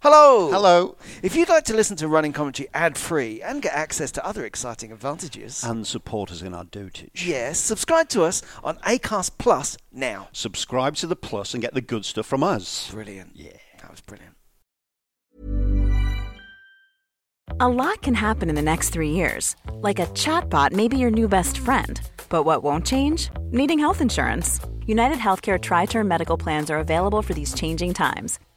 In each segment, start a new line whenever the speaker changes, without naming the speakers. Hello.
Hello.
If you'd like to listen to running commentary ad free and get access to other exciting advantages,
And support us in our dotage.
yes, subscribe to us on Acast Plus now.
Subscribe to the Plus and get the good stuff from us.
Brilliant.
Yeah.
That was brilliant.
A lot can happen in the next three years. Like a chatbot may be your new best friend. But what won't change? Needing health insurance. United Healthcare Tri Term Medical Plans are available for these changing times.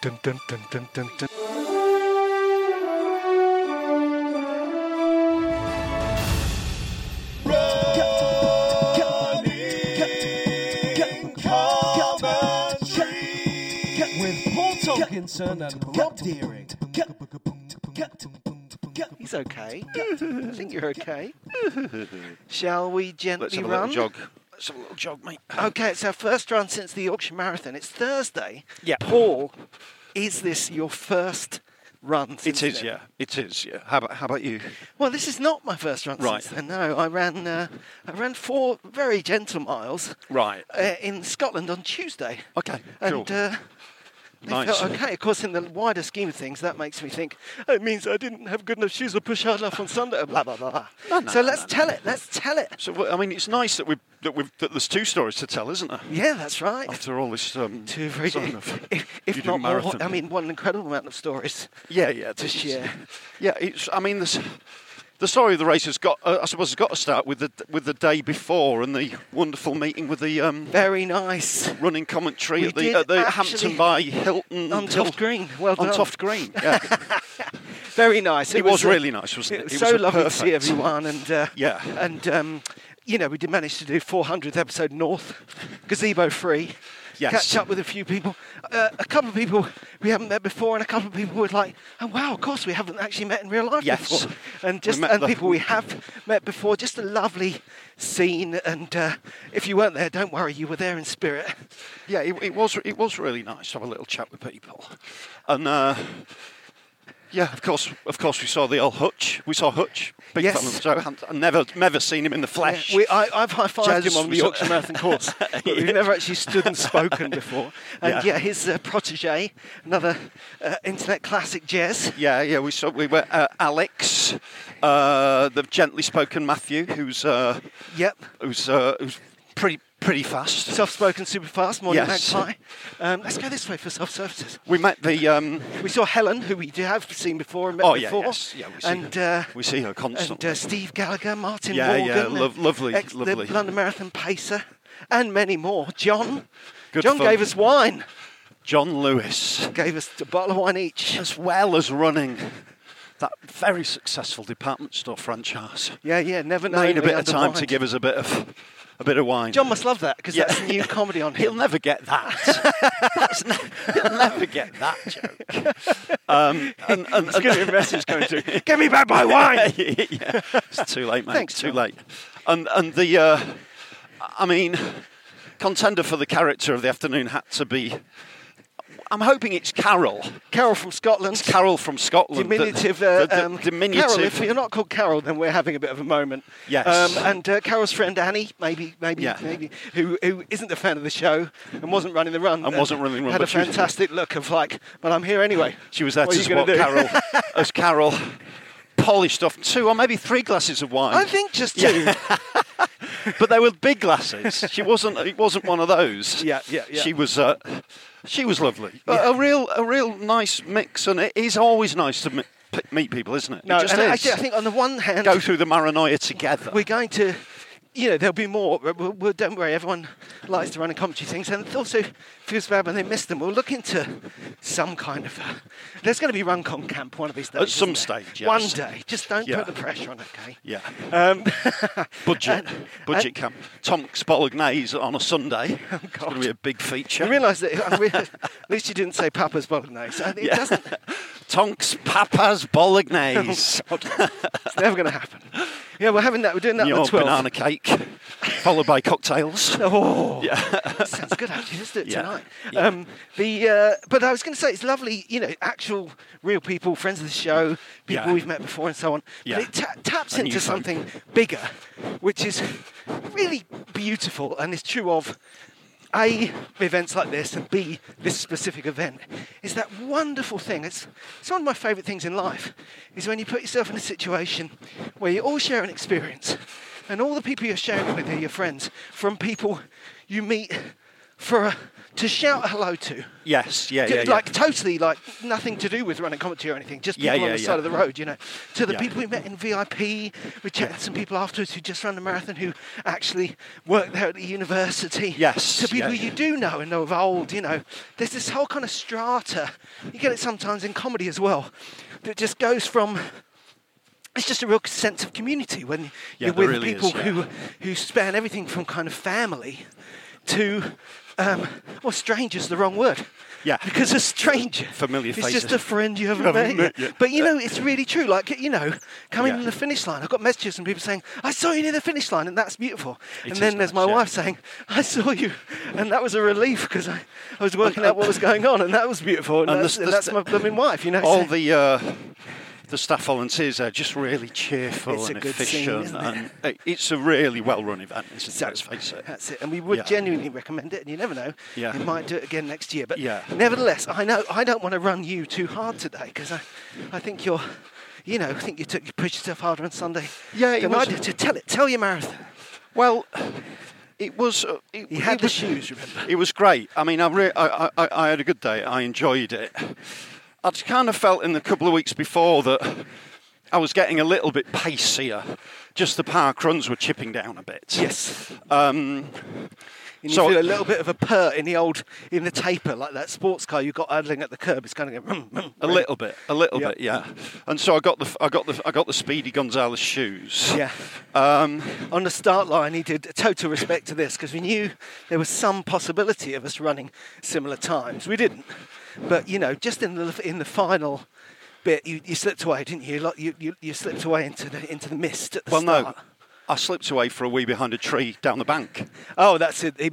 dun, dun, dun, dun, dun.
With Paul Tokinson and Rob Deering.
He's okay. I think you're okay. Shall we gently
Let's have a
run?
little jog. Let's have a little jog, mate.
Okay, it's our first run since the Yorkshire Marathon. It's Thursday.
Yeah.
Paul, is this your first run? Since
It is,
then?
yeah. It is, yeah. How about, how about you?
Well, this is not my first run
Right.
since then. No, I ran, uh, I ran four very gentle miles
Right.
uh, in Scotland on Tuesday.
Okay,
And
cool.
uh, they
Nice.
felt okay. Of course, in the wider scheme of things, that makes me think oh, it means I didn't have good enough shoes or push hard enough on Sunday. Blah blah blah. blah. so let's tell it. Let's tell it.
So, well, I mean, it's nice that we've, that we've that there's two stories to tell, isn't there?
Yeah, that's right.
After all this, um,
Two very,
sort of-
if, if
you do
not more.
marathon.
I mean, what an incredible amount of stories.
Yeah, yeah,
to
this is-
share.
Yeah, it's. I mean, this, the story of the race has got. Uh, I suppose it's got to start with the with the day before and the wonderful meeting with the um,
Very nice.
running commentary
We
at the
did
at the
actually-
Hampton by Hilton
On
Hill-
Toft Green. Well
Mm, on
done.
Toft Green. Yeah,
Very nice.
it was
uh,
really nice, wasn't it?
It was
It
so
was
lovely to see
perfect.
everyone, and uh,
Yeah.
and um, you know we did manage to do 400th episode north, gazebo free.
Yes.
Catch up with a few people, uh, a couple of people we haven't met before, and a couple of people were like, "Oh wow, of course we haven't actually met in real life
Yes.
before," and
We
just
met
and
the-
people we have met before. Just a lovely scene, and uh, if you weren't there, don't worry, you were there in spirit.
Yeah, it, it was. It was really nice to have a little chat with people, and. Uh, yeah, of course, of course, we saw the old Hutch. We saw Hutch, big
Yes.
fan of the show. I hadn't- I'd never, never seen him in the flesh.
Yeah, we, I, I've high fived
Jazz
him on the
was-
Yorkshire Marathon course, but we've never actually stood and spoken before. And yeah,
Yeah.
his uh, protege, another uh, internet classic, Jez.
Yeah, yeah, we saw we were uh, Alex, uh, the gently spoken Matthew, who's uh,
Yep,
who's uh, who's pretty pretty fast.
soft spoken, super fast, morning
Yes.
magpie. Um, let's go this way for self services.
we met the um,
We saw Helen, who we do have seen before and met
oh yeah,
before.
yes, yeah, we see
and,
her.
Uh,
we see her
and
constantly.
uh, Steve Gallagher, Martin
Yeah, yeah,
Morgan, and
lov- lovely,
ex- the
lovely.
London Marathon pacer, and many more. John,
Good
John
fun.
gave us wine,
John Lewis,
gave us a bottle of wine each.
as well as running that very successful department store franchise,
Yeah, yeah, never know.
made a bit of time to give us a bit of a bit of wine.
John must love that because
Yeah.
that's new comedy on
He'll
him.
never get that. That's ne- he'll never get that joke. Um, and, and,
It's going to be a message coming through. Give me back my wine.
yeah, it's too late, mate.
Thanks,
it's too
John.
late. And and the, uh, I mean, contender for the character of the afternoon had to be. I'm hoping it's Carol.
Carol from Scotland.
It's Carol from Scotland. the-
Diminutive. Uh,
the- the
um,
diminutive.
Carol, if you're not called Carol, then we're having a bit of a moment.
Yes.
and uh, Carol's friend Annie, maybe, maybe,
Yeah.
maybe, who who isn't a fan of the show and wasn't running the run uh,
And wasn't running the run,
had a
but she was-
fantastic look of like, well, I'm here anyway.
She was there
What
to
are you gonna do?
support Carol as Carol polished off two or maybe three glasses of wine.
I think just two.
but they were big glasses. She wasn't. It wasn't one of those.
Yeah, yeah, yeah.
She was. Uh, she was lovely. A- A, real, a real nice mix, and it is always nice to mi- p- meet people, isn't it?
No,
it just
and I,
is.
I think on the one hand,
go through the Maranoia together.
we're going to, you know, there'll be more. But we'll, we'll, don't worry, everyone likes to run a commentary things, and also feels bad when they miss them. We'll look into some kind of. A, there's going to be run con camp one of these days.
At some
isn't there?
stage, yes.
One day. Just don't
Yeah.
put the pressure on, okay?
yeah,
Um,
budget,
and-
budget
and- Oh,
camp. Tom's Bolognese on a Sunday. it's going to be a big feature.
you realise that I'm re- at least you didn't say Papa's bolognese. It doesn't.
Tonks Papa's Bolognese
It's never going to happen. Yeah, we're having that. We're doing that
on
on
your
the 12th.
banana cake, followed by cocktails.
Oh, that sounds good actually. Let's do it
Yeah.
tonight.
Yeah.
Um, the uh, but I was going to say it's lovely, you know, actual real people, friends of the show, people
Yeah.
we've met before, and so on.
Yeah.
But it ta- taps
A new
into
folk.
something bigger, which is really beautiful and is true of a events like this and b this specific event is that wonderful thing it's, it's one of my favorite things in life is when you put yourself in a situation where you all share an experience and all the people you're sharing it with are your friends from people you meet for a, to shout hello to
Yes, yeah, yeah, yeah.
like totally like nothing to do with running commentary or anything just
Yeah,
people on
yeah,
the
yeah.
side of the road you know to the
Yeah.
people we met in vip we chatted to some people afterwards who just ran the marathon who actually worked there at the university
Yes,
to people
yeah.
you do know and know of old you know there's this whole kind of strata you get it sometimes in comedy as well that just goes from it's just a real sense of community when you're
Yeah, there
with
really
people
is, yeah.
who who span everything from kind of family to um, well, stranger's the wrong word.
Yeah.
because a stranger,
Familiar
is
faces.
just a friend you haven't, met,
haven't met yet.
But you know, it's really true. Like you know, coming
Yeah.
in the finish line, I've got messages from people saying, "I saw you near the finish line," and that's beautiful. and
is
then there's
nice,
my
yeah.
wife saying, "I saw you," and that was a relief because I, I was working out what was going on, and that was beautiful. And,
And
that's,
there's-
and
there's
that's my blooming wife, you know.
all
so-
the uh, the staff volunteers are just really cheerful
It's a
and
good scene,
efficient,
isn't
and it- it's a really well-run event. Isn't
So,
it? Let's face it.
That's it. And we would
Yeah.
genuinely recommend it. And you never know.
Yeah.
You might do it again next year. But
Yeah.
nevertheless, I know I don't want to run you too hard today because I, I think you're, you know, I think you took you pushed yourself harder on Sunday.
Yeah, it
than I
was-
did. To tell it, tell your marathon.
Well, it was. uh, It,
You had
it
the
was-
shoes, remember?
It was great. I mean, I, re- I, I, I had a good day. I enjoyed it. I'd kind of felt in the couple of weeks before that I was getting a little bit pacier. Just the park runs were chipping down a bit.
Yes.
Um,
And you
So-
feel a little bit of a purr in the old in the taper, like that sports car you got idling at the curb. It's kind of going. "Rum, rum,"
a
really.
little bit, a little
Yep.
bit, yeah. And so I got the, I got the, I got the Speedy Gonzalez shoes.
Yeah.
Um,
on the start line, he did total respect to this because we knew there was some possibility of us running similar times. We didn't, but you know, just in the in the final bit, you, you slipped away, didn't you? Like you, you, you slipped away into the into the mist at the
well,
start.
no, I slipped away for a wee behind a tree down the bank.
Oh, that's it. He-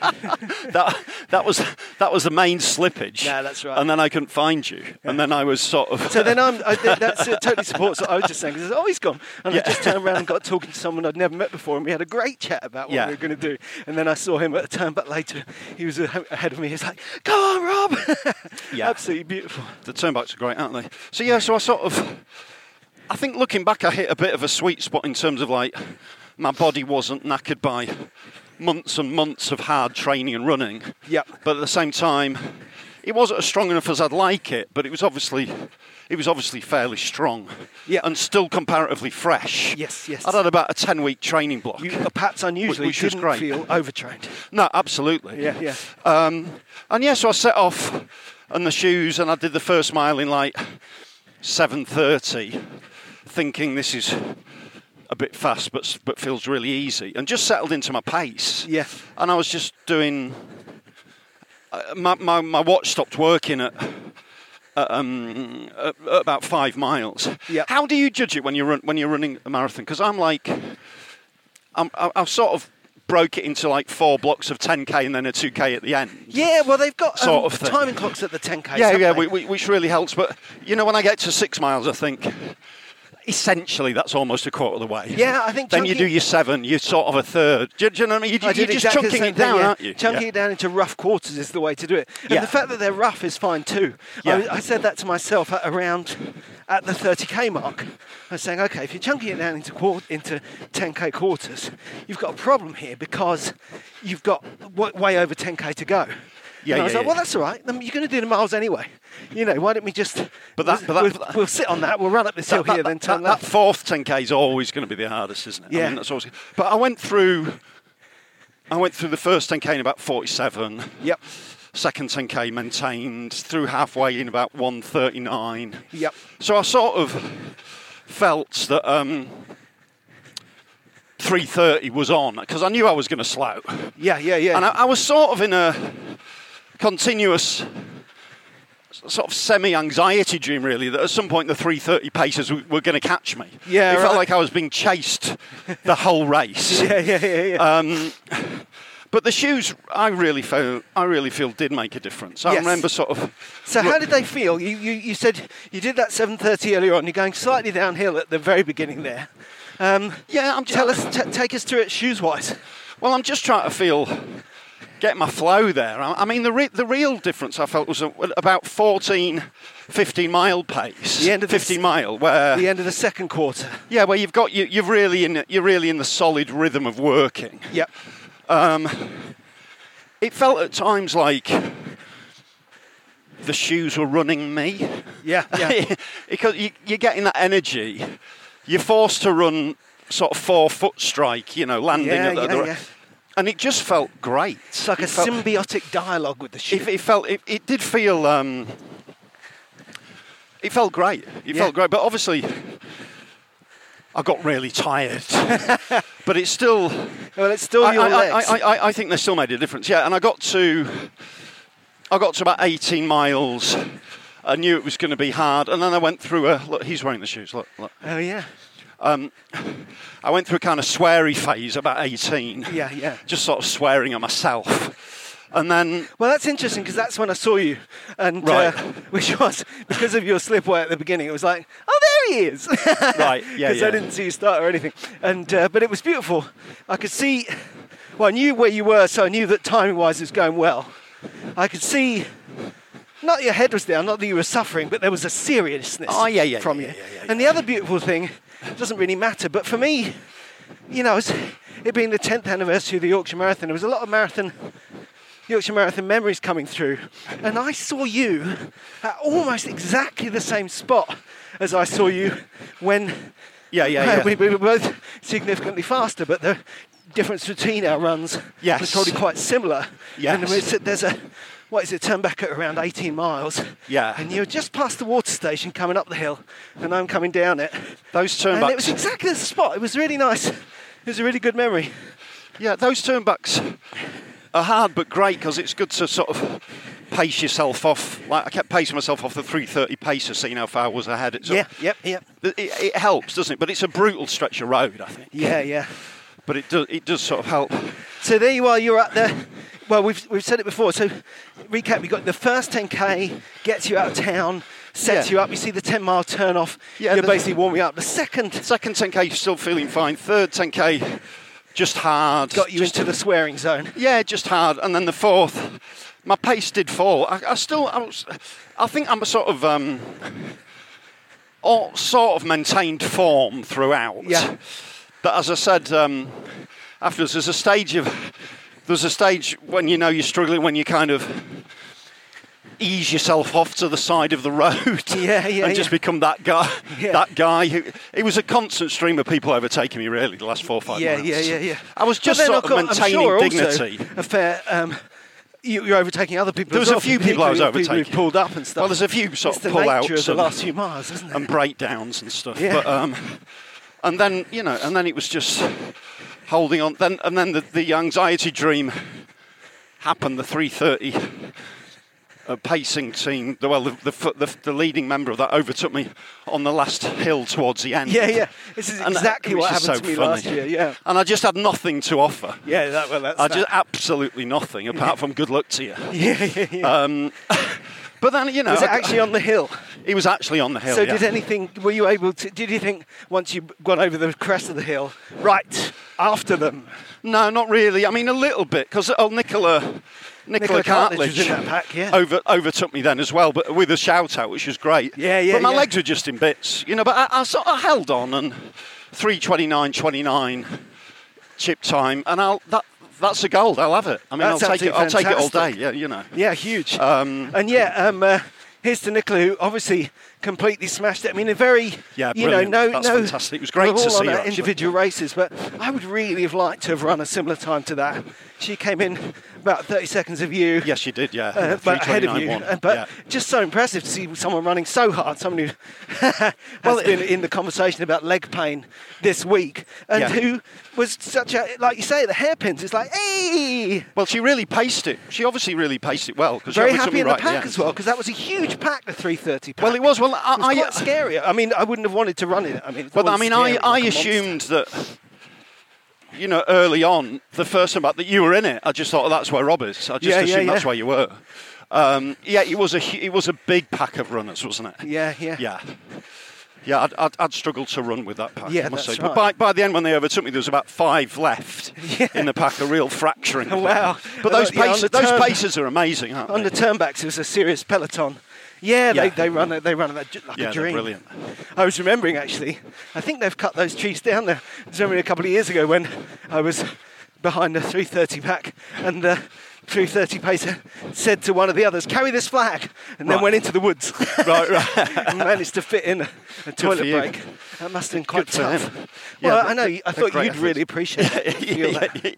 that that was that was the main slippage.
Yeah, that's right.
And then I couldn't find you, and then I was sort of.
So then I'm, I, th- that's it, totally supports what I was just saying. Because oh, he's gone, and I
Yeah.
just turned around and got talking to someone I'd never met before, and we had a great chat about what
Yeah.
we were going to do. And then I saw him at a turn, but later he was a- ahead of me. He's like, "Come on, Rob!"
Yeah.
absolutely beautiful.
the turnbacks are great, aren't they? So yeah, so I sort of. I think looking back, I hit a bit of a sweet spot in terms of like my body wasn't knackered by months and months of hard training and running.
Yep.
But at the same time, it wasn't as strong enough as I'd like it. But it was obviously. It was obviously fairly strong,
Yeah.
and still comparatively fresh.
Yes, yes.
I'd had about a ten-week training block.
You uh, perhaps unusually
which was
didn't
great.
feel overtrained.
No, absolutely.
Yeah, yeah.
Um, and yeah, so I set off on the shoes, and I did the first mile in like seven thirty, thinking this is a bit fast, but s- but feels really easy, and just settled into my pace.
Yeah.
And I was just doing. uh, My my, my watch stopped working at. at, um, at at about five miles.
Yeah.
How do you judge it when you're run, when you're running a marathon? Because I'm like, I'm, I, I've sort of broke it into like four blocks of 10k and then a 2k at the end.
Yeah, well, they've got um,
Sort of thing.
timing clocks at the 10k.
Yeah,
haven't
yeah,
they?
we, we, which really helps. But you know, when I get to six miles, I think essentially that's almost a quarter of the way.
Yeah, I think
Then you do
chunking-
your seven, you're sort of a third. Do, you- do you know what I mean? You,
I
you're
did
just
exactly the
chunking
same
it down,
thing, yeah.
aren't you?
Chunking
Yeah.
it down into rough quarters is the way to do it. And
Yeah.
the fact that they're rough is fine too. I,
Yeah.
was- I said that to myself at around at the 30k mark. I was saying, okay, if you're chunking it down into quart- into 10k quarters, you've got a problem here because you've got w- way over 10k to go.
Yeah,
and I was
yeah,
like,
yeah.
well, that's all right. I mean, you're going to do the miles anyway. You know, why don't we just?
But
we'll,
that- but that-
we'll, we'll sit on that. We'll run up this hill here, then turn
that- that
left.
fourth 10k is always going to be the hardest, isn't it? I
Yeah.
mean, that's always, but I went through, I went through the first 10k in about 47.
Yep.
Second 10k maintained through halfway in about 139.
Yep.
So I sort of felt that um, 330 was on because I knew I was going to slow.
Yeah, yeah, yeah.
And I, I was sort of in a continuous s- sort of semi-anxiety dream, really, that at some point the 3.30 paces w- were going to catch me.
Yeah,
It felt
right.
like I was being chased the whole race.
yeah, yeah, yeah, yeah.
Um, but the shoes, I really feel, I really feel did make a difference. I
Yes.
remember sort of...
so
look-
how did they feel? You, you, you said you did that 7:30 earlier on. You're going slightly downhill at the very beginning there. Um,
Yeah, I'm
tell
jealous.
us, t- take us through it shoes wise.
Well, I'm just trying to feel, get my flow there. I, I mean, the, re- the real difference I felt was a- about 14, 15 mile pace.
The end of the
15
s-
mile, where
The end of the second quarter.
yeah, where you've got you, you're really in you're really in the solid rhythm of working.
Yep.
It felt at times like the shoes were running me.
Yeah, yeah.
because you, you're getting that energy. You're forced to run sort of four foot strike, you know, landing
Yeah,
at the,
yeah,
the-
yeah.
and it just felt great.
It's like a
It felt-
symbiotic dialogue with the shoe.
it, it felt it, it did feel um, it felt great it
Yeah.
felt great but obviously I got really tired but it's still
well, it's still
I,
your
I,
legs.
I, I, I think they still made a difference yeah and I got to I got to about 18 miles I knew it was going to be hard and then I went through a look he's wearing the shoes look, look.
oh yeah.
I went through a kind of sweary phase about 18
Yeah, yeah.
just sort of swearing at myself and then
Well, that's interesting because that's when I saw you, and
Right.
uh, which was because of your slipway at the beginning. It was like, oh, there he is. Because
right yeah, yeah.
I didn't see you start or anything, and uh, but it was beautiful. I could see. Well, I knew where you were, so I knew that timing-wise it was going well. I could see. Not that your head was down, not that you were suffering, but there was a seriousness
Oh, yeah, yeah,
from
yeah,
you.
yeah, yeah,
and the other beautiful thing it doesn't really matter, but for me, you know, it's, it being the 10th anniversary of the Yorkshire Marathon, there was a lot of marathon, Yorkshire Marathon memories coming through. And I saw you at almost exactly the same spot as I saw you when
Yeah, yeah,
uh,
yeah.
We, we were both significantly faster, but the difference between our runs
Yes.
was probably quite similar.
Yes.
And we said there's a, what is it, turn back at around 18 miles.
Yeah.
And you're just past the water station coming up the hill, and I'm coming down it.
Those turnbacks.
And it was exactly the spot. It was really nice. It was a really good memory.
Yeah, those turnbacks are hard but great because it's good to sort of pace yourself off. Like I kept pacing myself off the 3:30 pacer, seeing how far I was ahead. It's
Yeah, yep, yep.
It, it helps, doesn't it? But it's a brutal stretch of road, I think.
Yeah, yeah.
But it does. It does sort of help.
So there you are. You're up there. Well, we've we've said it before. So recap. We got the first 10k gets you out of town, sets
Yeah.
you up. You see the 10 mile turn off.
Yeah,
you're
the-
basically warming up. The second
Second 10k, still feeling fine. Third 10k, just hard.
got you
Just-
into the swearing zone.
Yeah, just hard. And then the fourth, my pace did fall. I, I still, I, was, I think I'm a sort of, um, all, sort of maintained form throughout.
Yeah.
But as I said um, afterwards, there's a stage of, there's a stage when you know you're struggling, when you kind of ease yourself off to the side of the road.
Yeah, yeah,
And just
yeah.
become that guy.
Yeah.
That guy who, it was a constant stream of people overtaking me really the last four or five
yeah,
miles.
yeah, yeah, yeah.
I was
But
just
then
sort
I've
of
got- I'm
maintaining
sure also
dignity.
a fair. Um, you, you're overtaking other people.
There
as
was a
well,
few people I was
particularly People
overtaking.
who pulled up and stuff.
Well, there's a few sort
it's
of
the nature of
pull-outs
the
and- Um,
last few miles, isn't it?
and breakdowns and stuff.
Yeah.
But um, and then you know, and then it was just holding on. Then and then the, the anxiety dream happened. The three thirty. uh pacing team, the- well, the, the, fo- the, the leading member of that overtook me on the last hill towards the end.
Yeah, yeah. This is
And, uh,
exactly
it was
what
just
happened
so
to me
funny.
last year. Yeah.
And I just had nothing to offer.
Yeah, that, well, that's
I
that.
just absolutely nothing apart from good luck to you.
yeah, yeah, yeah.
Um, but then you know,
Was it
I-
actually on the hill?
It was actually on the hill.
So
yeah.
did anything? Were you able to? Did you think once you got over the crest of the hill, right after them?
No, not really. I mean, a little bit because oh, Nicola,
Nicola
Nicola,
Cartledge was
Cartledge,
in that pack, yeah.
over, overtook me then as well, but with a shout out, which was great.
Yeah, yeah,
But my
yeah.
legs were just in bits, you know. But I, I sort of held on and three twenty nine twenty nine chip time, and I'll that that's a gold. I'll have it. I mean, I'll
That's
take it. I'll
absolutely
take it all day.
fantastic.
Yeah, you know.
Yeah, huge.
Um,
and yeah, um, uh, here's to Nicola, who obviously completely smashed it. I mean, a very
Yeah,
you know,
brilliant.
no,
That's
no.
fantastic. It was great
we're
to
all
see
on
her,
our
actually.
individual races, but I would really have liked to have run a similar time to that. She came in about 30 seconds of you.
Yes, you did. Yeah,
uh,
yeah
but ahead of you,
329.1.
Uh, but
Yeah.
just so impressive to see someone running so hard. Someone who has been in the conversation about leg pain this week, and
Yeah.
who was such a like you say the hairpins. It's like, hey,
Well, she really paced it. She obviously really paced it well. 'cause she
very
always
happy
done
in
right
the
at
pack
end.
as well because that was a huge pack, the 330 pack.
Well, it was. Well, I,
It was
I-
quite scary. I mean, I wouldn't have wanted to run in it. I mean, it's
Well, I
always
mean, I,
scary,
I
like a monster.
assumed that, you know, early on, the first time that you were in it, I just thought, oh, that's where Rob is. I just
Yeah, yeah,
assumed that's
yeah.
where you were. Um, yeah, it was a hu- it was a big pack of runners, wasn't it?
Yeah, yeah.
yeah, yeah. I'd, I'd, I'd struggled to run with that pack.
Yeah,
I must
that's
say. But by,
right.
by the end, when they overtook me, there was about five left in the pack. A real fracturing.
Wow. uh,
But those
Yeah, on
paces,
the
those
turn-
paces are amazing, aren't
on
they?
the turnbacks, it was a serious peloton. Yeah, They,
Yeah.
they run it. They run it like ju- like
Yeah,
a
they're
dream.
brilliant.
I was remembering actually. I think they've cut those trees down there. I was remembering a couple of years ago when I was behind the 330 pack and the 330 pacer said to one of the others, "Carry this flag," and then
Right.
went into the woods.
Right, right.
and managed to fit in a, a toilet
for you.
break. That must have been quite
for
tough.
him. Yeah,
Well,
but
I know.
they're-
I
they're
thought
great
you'd really appreciate it. Feel
yeah,
that.
yeah,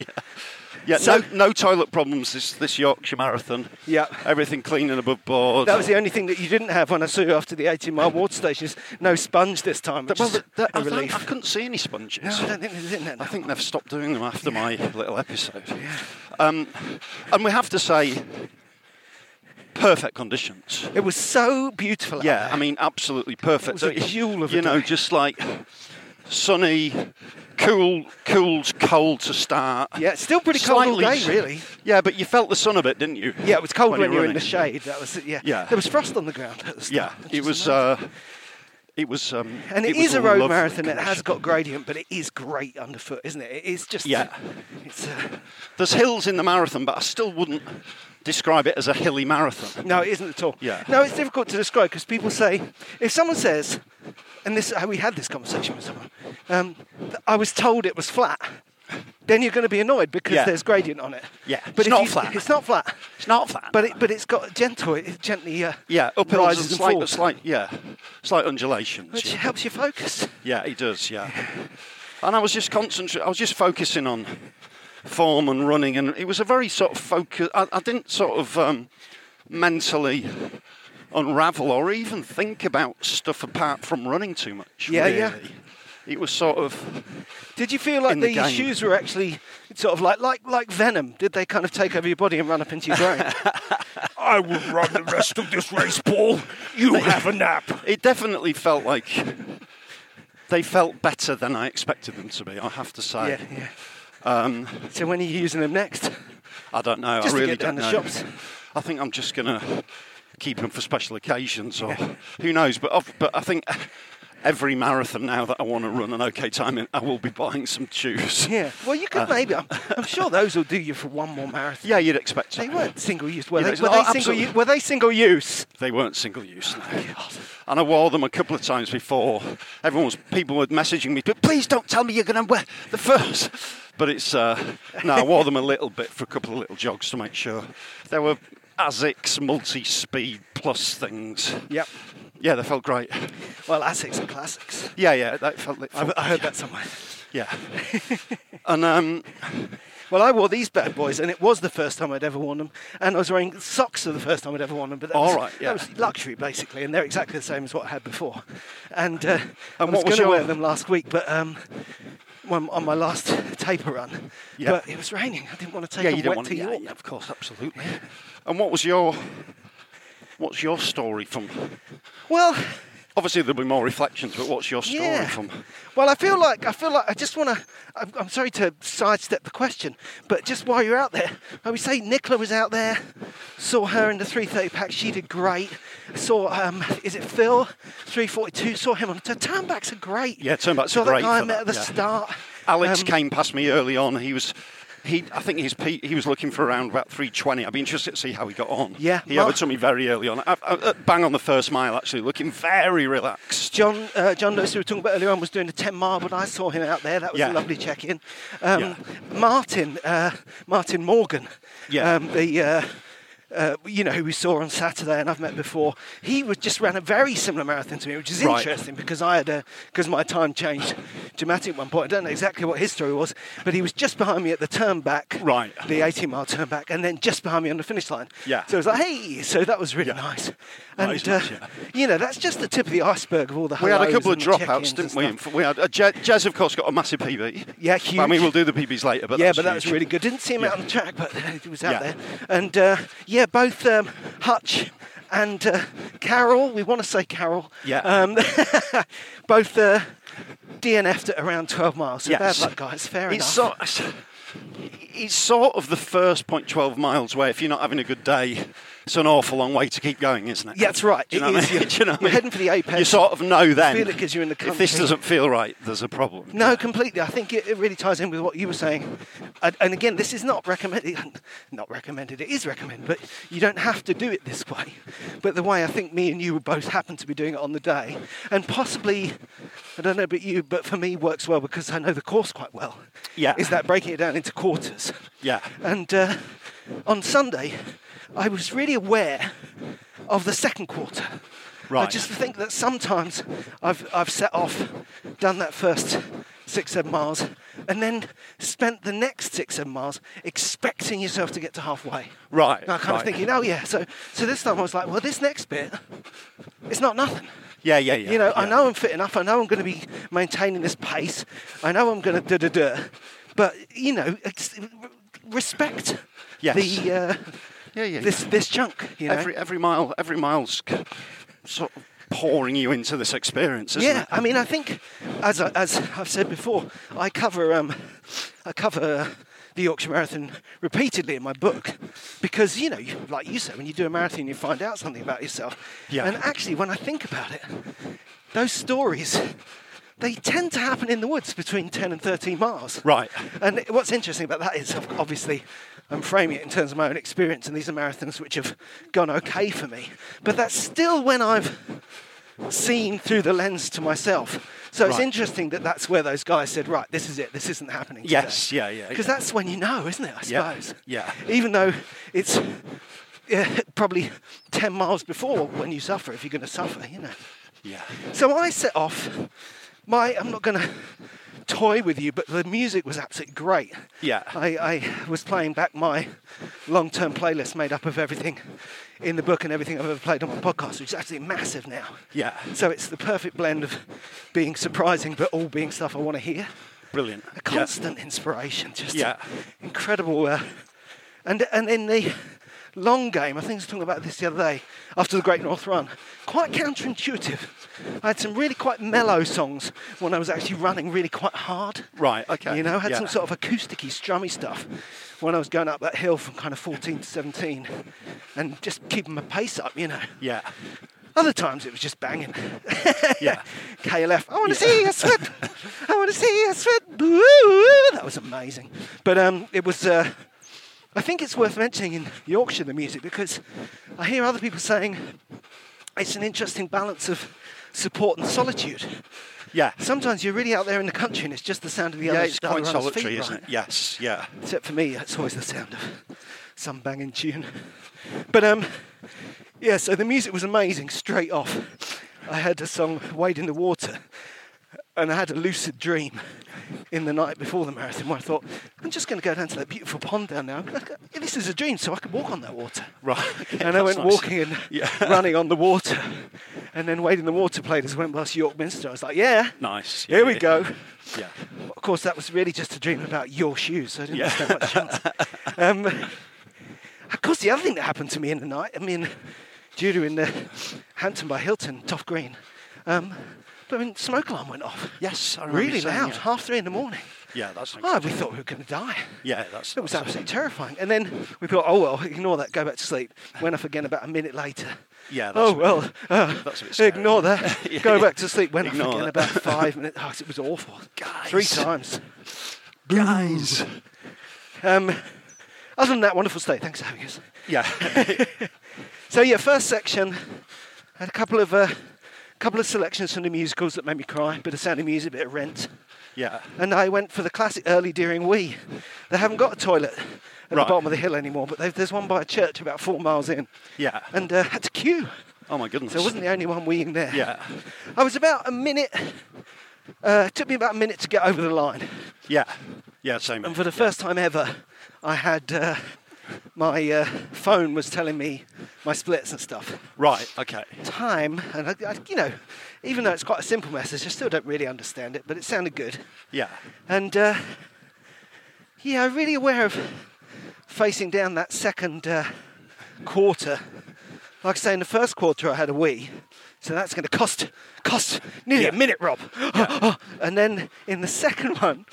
yeah.
So-
no, no toilet problems this, this Yorkshire Marathon.
Yeah.
Everything clean and above board.
That was the only thing that you didn't have when I saw you after the 18 mile water station. Is no sponge this time. Which
well,
is
the- the-
a
I, don't-
relief.
I couldn't see any sponges.
No, I don't think there's in there.
I think they've stopped doing them after my little episode. Um, and we have to say, perfect conditions.
it was so beautiful. out
Yeah,
there.
I mean, absolutely perfect.
was a jewel of a
you know,
day.
just like sunny, cool, cool, cold to start.
Yeah, it's still pretty cold all
Slightly-
day, really.
Yeah, but you felt the sun of it, didn't you?
Yeah, it was cold when,
you
you
were
were in the
running?
shade. That was yeah.
Yeah.
There was frost on the ground. At the
Yeah,
start, which
it
is
was.
amazing.
Uh, it was. Um,
and it
was
is a
lovely
road marathon. It has
condition.
got gradient, but it is great underfoot, isn't it? It is just
Yeah.
It's uh,
There's hills in the marathon, but I still wouldn't describe it as a hilly marathon.
No, it isn't at all.
Yeah.
No, it's difficult to describe because people say, if someone says, and this we had this conversation with someone, um, th- I was told it was flat. Then you're going to be annoyed because
Yeah.
there's gradient on it.
Yeah,
but
it's
if
not
you-
flat.
It's not flat,
It's not flat,
but it but it's got gentle. It gently uh,
yeah, uphills and
rises and
slight,
falls,
slight, yeah, slight undulations.
which
yeah.
helps you focus.
Yeah, he does. Yeah, and I was just concentrating. I was just focusing on form and running, and it was a very sort of focus. I, I didn't sort of um, mentally unravel or even think about stuff apart from running too much.
Yeah, yeah.
really. It was sort of
Did you feel like
In the
the,
game.
shoes were actually sort of like like like venom? Did they kind of take over your body and run up into your brain?
I will run the rest of this race, Paul. You have a nap.
it definitely felt like they felt better than I expected them to be. I have to say.
yeah, yeah. Um, so when are you using them next?
I don't know.
Just
I
to
really
get down
don't
the
know.
shops.
I think I'm just gonna keep them for special occasions, or who knows. But I've, but I think every marathon now that I want to run an okay time in, I will be buying some shoes.
Yeah. Well, you
Uh,
could maybe. I'm, I'm sure those will do you for one more marathon.
Yeah, you'd expect
They
it.
weren't single use. Were
Yeah,
they?
it's
Were
not-
they single
absolutely.
use? Were they single use?
They weren't single use. No. And I wore them a couple of times before. Everyone was people were messaging me, but please don't tell me you're going to wear the first. But it's uh, no, I wore them a little bit for a couple of little jogs to make sure. There were Asics multi-speed plus things.
Yep.
Yeah, they felt great.
Well, Asics are classics.
Yeah, yeah, that felt. It
I,
felt
I heard that somewhere.
Yeah. and um,
Well, I wore these bad boys, and it was the first time I'd ever worn them. And I was wearing socks for the first time I'd ever worn them. But that
All
was,
right, yeah.
that was luxury, basically, and they're exactly the same as what I had before. And, uh, I was
what was
going to
your-
wear them last week, but um, when, on my last taper run,
Yeah.
but it was raining. I didn't want to take
yeah,
a
you didn't
wet
want
to
yeah,
York.
yeah, of course, absolutely. And what was your what's your story from?
Well,
Obviously, there'll be more reflections, but what's your story from?
Well, I feel like I feel like I just want to. I'm, I'm sorry to sidestep the question, but just while you're out there, I would say Nicola was out there. Saw her in the 3:30 pack. She did great. Saw um, is it Phil 3:42? Saw him on. Turnbacks are great.
Yeah, turnbacks
saw
are
that
great
Guy I
for
met at
that,
the
yeah.
start.
Alex
Um,
came past me early on. He was he, I think his peak, he was looking for around about 320. I'd be interested to see how he got on.
Yeah,
He
well-
overtook me very early on. I, I, bang on the first mile, actually, looking very relaxed.
John, uh, John Lewis, who we were talking about earlier on, was doing the 10 mile, but I saw him out there. That was a
Yeah.
lovely check in. Um,
Yeah.
Martin, uh, Martin Morgan,
Yeah.
um, the. Uh, uh, you know who we saw on Saturday, and I've met before. He was just ran a very similar marathon to me, which is
Right.
interesting because I had because my time changed dramatically at one point. I don't know exactly what his story was, but he was just behind me at the turn back,
Right.
The 18 mile turn back, and then just behind me on the finish line.
Yeah.
So it was like, hey, so that was really
Yeah.
nice.
That
And
is
uh,
nice, yeah.
you know, that's just the tip of the iceberg of all the.
We had a
hellos
couple of
and the check-ins
dropouts, didn't we?
and stuff.
We had uh, Je- Jez, of course, got a massive PB.
Yeah,
I
huge.
mean, we'll do the PBs later, but
yeah,
that's
but that was
huge.
really good. Didn't see him
Yeah.
out on the track, but he was out
Yeah.
there. And uh, yeah, both um, Hutch and uh, Carol. We want to say Carol.
Yeah.
Um, both uh, DNF'd at around 12 miles. So
Yes.
bad luck, guys. Fair
it's
enough.
sort, it's- it's sort of the first point 12 miles where if you're not having a good day, it's an awful long way to keep going, isn't it?
Yeah, that's right.
Do you
It
know what I
is.
mean?
You're-
Do you know what I
you're
mean?
heading for the apex.
You sort of know then.
feel it 'cause you're in the
If this
country.
doesn't feel right, there's a problem.
No, completely. I think it, it really ties in with what you were saying. And, and again, this is not recommended. Not recommended. It is recommended, but you don't have to do it this way. But the way I think me and you both happen to be doing it on the day, and possibly, I don't know about you, but for me works well because I know the course quite well.
Yeah.
Is that breaking it down into quarters?
Yeah.
And uh, on Sunday, I was really aware of the second quarter. I
Right.
just think that sometimes I've, I've set off, done that first six, seven miles, and then spent the next six, seven miles expecting yourself to get to halfway.
Right,
And I kind
right.
of thinking, oh yeah. So, so this time I was like, well, this next bit, it's not nothing.
Yeah, yeah, yeah.
You know, I
yeah.
know I'm fit enough. I know I'm going to be maintaining this pace. I know I'm going to da da da. But you know, it's, respect
Yes.
the uh,
Yeah, yeah.
this this chunk. You know,
every every mile, every mile's c- sort of pouring you into this experience, isn't
yeah.
it?
I mean, I think as I, as I've said before, I cover um, I cover. The Yorkshire Marathon repeatedly in my book because you know, you, like you said, when you do a marathon, you find out something about yourself.
Yeah.
And actually, when I think about it, those stories they tend to happen in the woods between 10 and 13 miles.
Right.
And what's interesting about that is, ob- obviously, I'm framing it in terms of my own experience, and these are marathons which have gone okay for me. But that's still when I've seen through the lens to myself. So it's
Right.
interesting that that's where those guys said, right, this is it, this isn't happening.
Yes, yeah, yeah,
Because
yeah.
that's when you know, isn't it, I
Yeah,
suppose?
yeah.
Even though it's yeah, probably 10 miles before when you suffer, if you're going to suffer, you know.
Yeah.
So I set off. My, I'm not going to toy with you, but the music was absolutely great.
Yeah.
I, I was playing back my long-term playlist made up of everything in the book and everything I've ever played on my podcast, which is absolutely massive now.
Yeah.
So it's the perfect blend of being surprising, but all being stuff I want to hear
Brilliant.
a constant inspiration. Just
Yeah.
incredible. Uh, and and in the long game, I think I was talking about this the other day after the Great North Run. Quite counterintuitive. I had some really quite mellow songs when I was actually running really quite hard.
Right, okay,
You know, I had some
yeah.
sort of acousticy, strummy stuff when I was going up that hill from kind of 14 to 17, and just keeping my pace up. You know.
Yeah.
Other times it was just banging.
Yeah.
KLF. I want to see you sweat. I want to see you sweat. Boo. That was amazing. But um, it was. Uh, I think it's worth mentioning in Yorkshire the music because I hear other people saying it's an interesting balance of support and solitude.
Yeah.
Sometimes you're really out there in the country and it's just the sound of the
yeah,
other
it's
other
quite
runner's
solitary,
feet,
isn't
right?
it? Yes, yeah.
Except for me, it's always the sound of some banging tune. But um, yeah, so the music was amazing straight off. I had a song Wade in the Water, and I had a lucid dream in the night before the marathon where I thought, I'm just going to go down to that beautiful pond down there. I'm gonna go- This is a dream, so I can walk on that water.
Right.
And I went
That's nice.
walking and
Yeah.
running on the water. And then Wade in the Water played as I went past York Minster. I was like, yeah.
Nice.
Here we
Yeah.
go.
Yeah.
Of course, that was really just a dream about your shoes. So I didn't
Yeah.
stand much chance. Um, of course, the other thing that happened to me in the night, I mean, Judah in the Hampton by Hilton, Toff Green, um, but I mean, smoke alarm went off.
Yes, I remember
really
you saying,
loud,
yeah.
half three in the morning.
Yeah, that's not
Oh,
good.
we thought we were going to die.
Yeah, that's
It was
that's-
absolutely terrifying. And then we thought, oh well, ignore that, go back to sleep. Went off again about a minute later.
Yeah, that's
oh
a bit-
well, uh,
that's a bit scary.
ignore that.
Yeah,
go
yeah.
back to sleep. Went
Ignore
off again
that.
about five minutes. Oh, it was awful.
Guys.
Three times.
Guys.
Um, other than that, wonderful state. Thanks, Agus.
Yeah.
So yeah, first section had a couple of uh, couple of selections from the musicals that made me cry. Bit of Sound of Music, bit of Rent,
yeah.
and I went for the classic early Deering Wee. They haven't got a toilet at the
Right.
bottom of the hill anymore, but they've- there's one by a church about four miles in.
Yeah.
and uh, had to queue.
Oh my goodness.
So I wasn't the only one weeing there.
Yeah.
I was about a minute. Uh, it took me about a minute to get over the line,
Yeah. Yeah, same.
and for the first time ever, I had uh, my uh, phone was telling me my splits and stuff.
Right, okay.
Time, and I, I, you know, even though it's quite a simple message, I still don't really understand it, but it sounded good.
Yeah.
And uh, yeah, I'm really aware of facing down that second uh, quarter. Like I say, in the first quarter, I had a wee, so that's going to cost cost nearly a
Yeah.
minute, Rob. and then in the second one,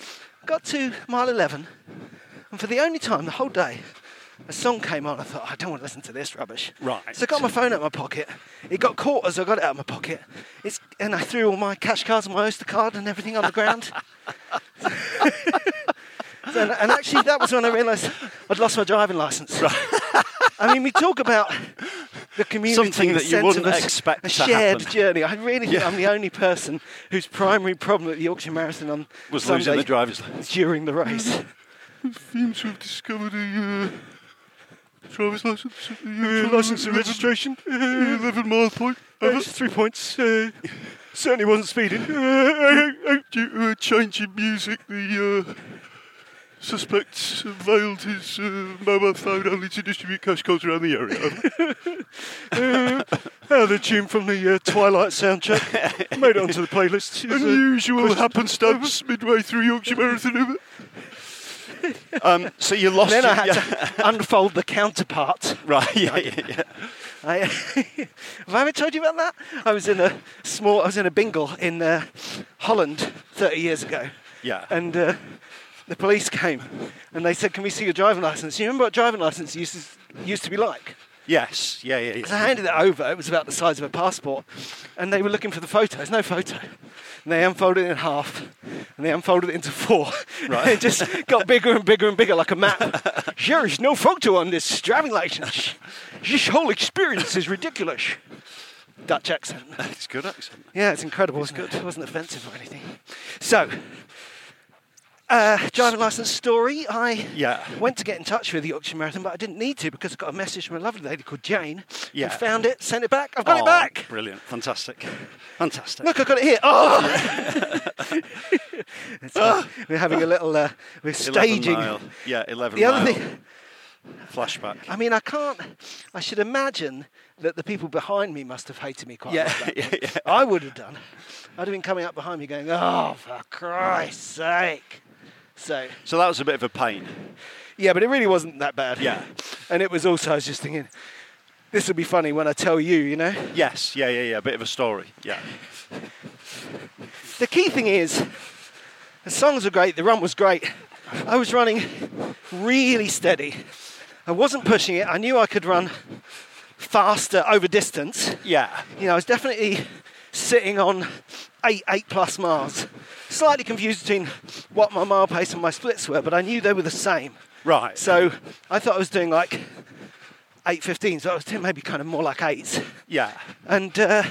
got to mile 11, and for the only time the whole day. A song came on, I thought, "Oh, I don't want to listen to this rubbish.
Right.
So I got my phone out of my pocket. It got caught as I got it out of my pocket. It's, and I threw all my cash cards and my Oyster card and everything on the ground. And, and actually, that was when I realised I'd lost my driving licence. I mean, we talk about the community,
Something
and
that you
sense
wouldn't
of a s-
expect
a
to
shared
happen.
journey. I really think I'm the only person whose primary problem at the Yorkshire Marathon on
Was
Sunday
losing the driver's license.
during the race.
Seems to have discovered a uh, driver's license.
license and registration. Uh,
11 mile point.
three points.
Uh,
certainly wasn't speeding.
Due to a change in music, the uh, suspect veiled his uh, mobile phone only to distribute cash cards around the area.
the tune from the uh, Twilight soundtrack made it onto the playlist.
Unusual happenstance midway through Yorkshire Marathon. um, so you lost
Then
your,
I had to unfold the counterpart.
Right, yeah, yeah, yeah.
I, have I ever told you about that? I was in a small, I was in a bingle in uh, Holland 30 years ago.
Yeah.
And uh, the police came and they said, "Can we see your driving license?" You remember what driving license used to, used to be like?
Yes, yeah, yeah,
So I
yeah.
handed it over. It was about the size of a passport, and they were looking for the photos. No photo. And they unfolded it in half, and they unfolded it into four.
Right.
it just got bigger and bigger and bigger, like a map. Here is no photo on this driving license. This whole experience is ridiculous. Dutch accent.
It's good accent.
Yeah, it's incredible. It's good. It? wasn't offensive or anything. So, uh, driving license story. I
Yeah.
went to get in touch with the Yorkshire Marathon, but I didn't need to because I got a message from a lovely lady called Jane.
Yeah.
Who found it, sent it back. I've got
Oh,
it back.
Brilliant, fantastic, fantastic.
Look, I got it here. Oh! It's,
Oh.
uh, we're having a little. Uh, we're
11
staging.
mile. Yeah, eleven
The other
mile.
thing.
Flashback.
I mean, I can't. I should imagine that the people behind me must have hated me quite a
Yeah,
lot.
yeah, yeah.
I would have done. I'd have been coming up behind me going, oh, for Christ's sake. So,
So that was a bit of a pain.
yeah, but it really wasn't that bad.
Yeah.
And it was also, I was just thinking, this will be funny when I tell you, you know?
Yes, yeah, yeah, yeah. A bit of a story. Yeah,
The key thing is, the songs were great, the run was great. I was running really steady. I wasn't pushing it. I knew I could run faster over distance.
yeah,
you know, I was definitely sitting on eight, eight plus miles. Slightly confused between what my mile pace and my splits were, but I knew they were the same.
Right.
So I thought I was doing like 8.15, so I was doing maybe kind of more like eights.
yeah.
And, uh,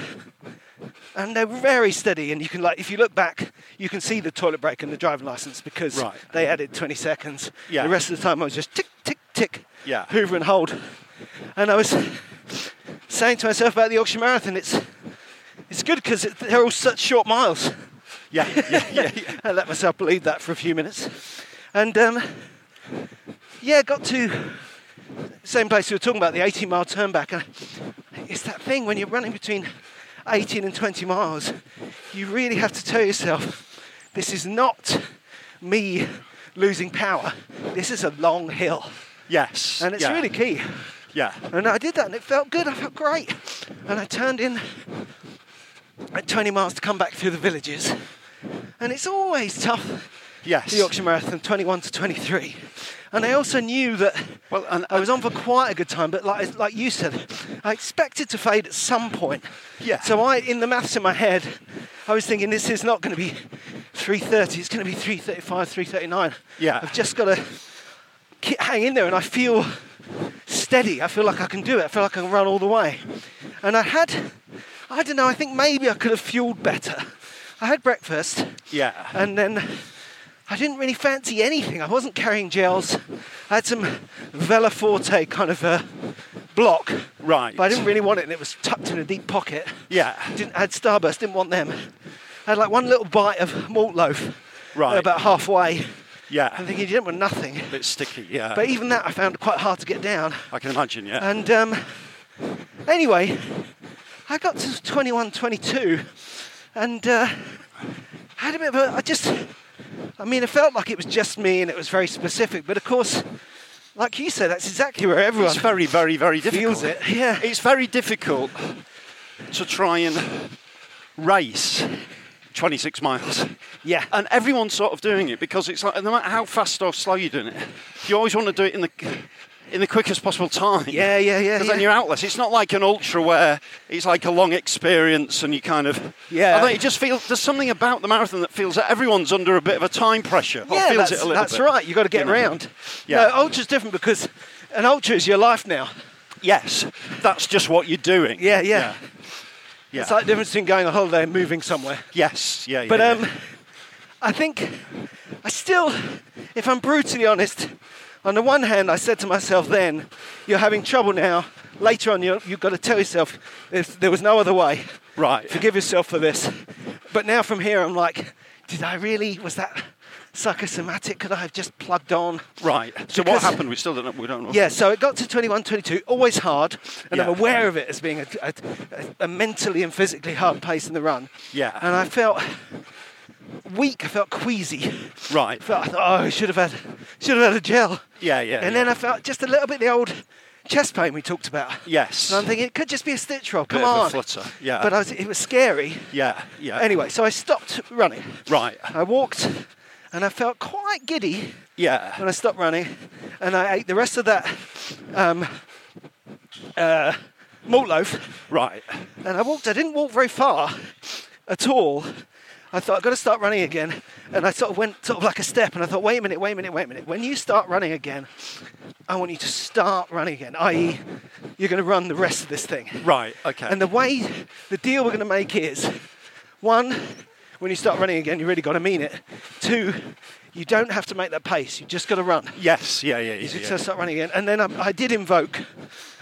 and they're very steady, and you can like if you look back, you can see the toilet break and the driving license because
Right.
they added 20 seconds.
Yeah.
The rest of the time I was just tick, tick, tick,
Yeah.
hoover and hold. And I was saying to myself about the Yorkshire Marathon, it's it's good because they're all such short miles.
Yeah, yeah, yeah, yeah.
I let myself believe that for a few minutes. And um, yeah, got to same place we were talking about, the 18 mile turn back. And it's that thing when you're running between 18 and 20 miles, you really have to tell yourself, this is not me losing power. This is a long hill.
Yes.
And it's
yeah,
really key.
Yeah.
And I did that and it felt good, I felt great. And I turned in at 20 miles to come back through the villages. And it's always tough,
Yes.
the Yorkshire Marathon, 21 to 23. And I also knew that
Well, and-
I was on for quite a good time, but like, like you said, I expected to fade at some point.
Yeah.
So I, in the maths in my head, I was thinking this is not going to be 3.30, it's going to be 3.35, 3.39.
Yeah.
I've just got to ki- hang in there and I feel steady. I feel like I can do it. I feel like I can run all the way. And I had, I don't know, I think maybe I could have fueled better. I had breakfast.
Yeah.
And then I didn't really fancy anything. I wasn't carrying gels. I had some Vela Forte kind of a block.
Right.
But I didn't really want it and it was tucked in a deep pocket.
Yeah.
Didn't, I had Starburst, didn't want them. I had like one little bite of malt loaf.
Right.
About halfway. I'm
Yeah.
thinking you didn't want nothing.
A bit sticky, yeah.
But even that I found quite hard to get down.
I can imagine, yeah.
And um, anyway, I got to 21, 22, and uh, had a bit of a. I just, I mean, it felt like it was just me and it was very specific. But of course, like you said, that's exactly where everyone
it's very, very, very difficult.
feels it. Yeah.
It's very difficult to try and race 26 miles.
Yeah.
And everyone's sort of doing it because it's like, no matter how fast or slow you're doing it, you always want to do it in the in the quickest possible time.
Yeah, yeah, yeah,
Because then
yeah.
you're out less. It's not like an ultra where it's like a long experience and you kind of.
Yeah.
I don't know, it just feels, there's something about the marathon that feels that everyone's under a bit of a time pressure. or
yeah,
feels
that's,
it a little
that's
bit,
right. You've got to
you
get Uh,
know.
round.
Yeah.
No, ultra's different because an ultra is your life now.
Yes, that's just what you're doing.
Yeah, yeah.
Yeah.
It's like the difference between going on holiday and moving somewhere.
yes, yeah, yeah.
But
yeah.
um, I think I still, if I'm brutally honest, on the one hand, I said to myself then, you're having trouble now. Later on, you're, you've got to tell yourself if there was no other way.
Right.
Forgive yourself for this. But now from here, I'm like, did I really? Was that psychosomatic? Could I have just plugged on?
right. So what
because-
happened? We still don't know. We don't know.
Yeah, so it got to 21, 22, always hard, and I'm
Yeah.
aware of it as being a, a, a mentally and physically hard pace in the run.
Yeah.
And I felt weak, I felt queasy.
Right.
I felt, I thought, oh, I should have had, should have had a gel.
Yeah, yeah,
And then
yeah.
I felt just a little bit the old chest pain we talked about.
Yes.
And I'm thinking, it could just be a stitch roll, come
of a
on.
flutter, yeah.
But I was, it was scary.
Yeah. Yeah.
Anyway, uh, so I stopped running.
Right.
I walked and I felt quite giddy
Yeah.
when I stopped running, and I ate the rest of that um, uh, malt loaf,
Right.
and I walked. I didn't walk very far at all. I thought I've got to start running again, and I sort of went sort of like a step, and I thought, wait a minute, wait a minute, wait a minute. When you start running again, I want you to start running again. I.e., you're going to run the rest of this thing.
Right. Okay.
And the way the deal we're going to make is one, when you start running again, you really got to mean it. Two, you don't have to make that pace. You just got to run.
yes. Yeah. Yeah. Yeah.
It's
yeah.
just start running again. And then I, I did invoke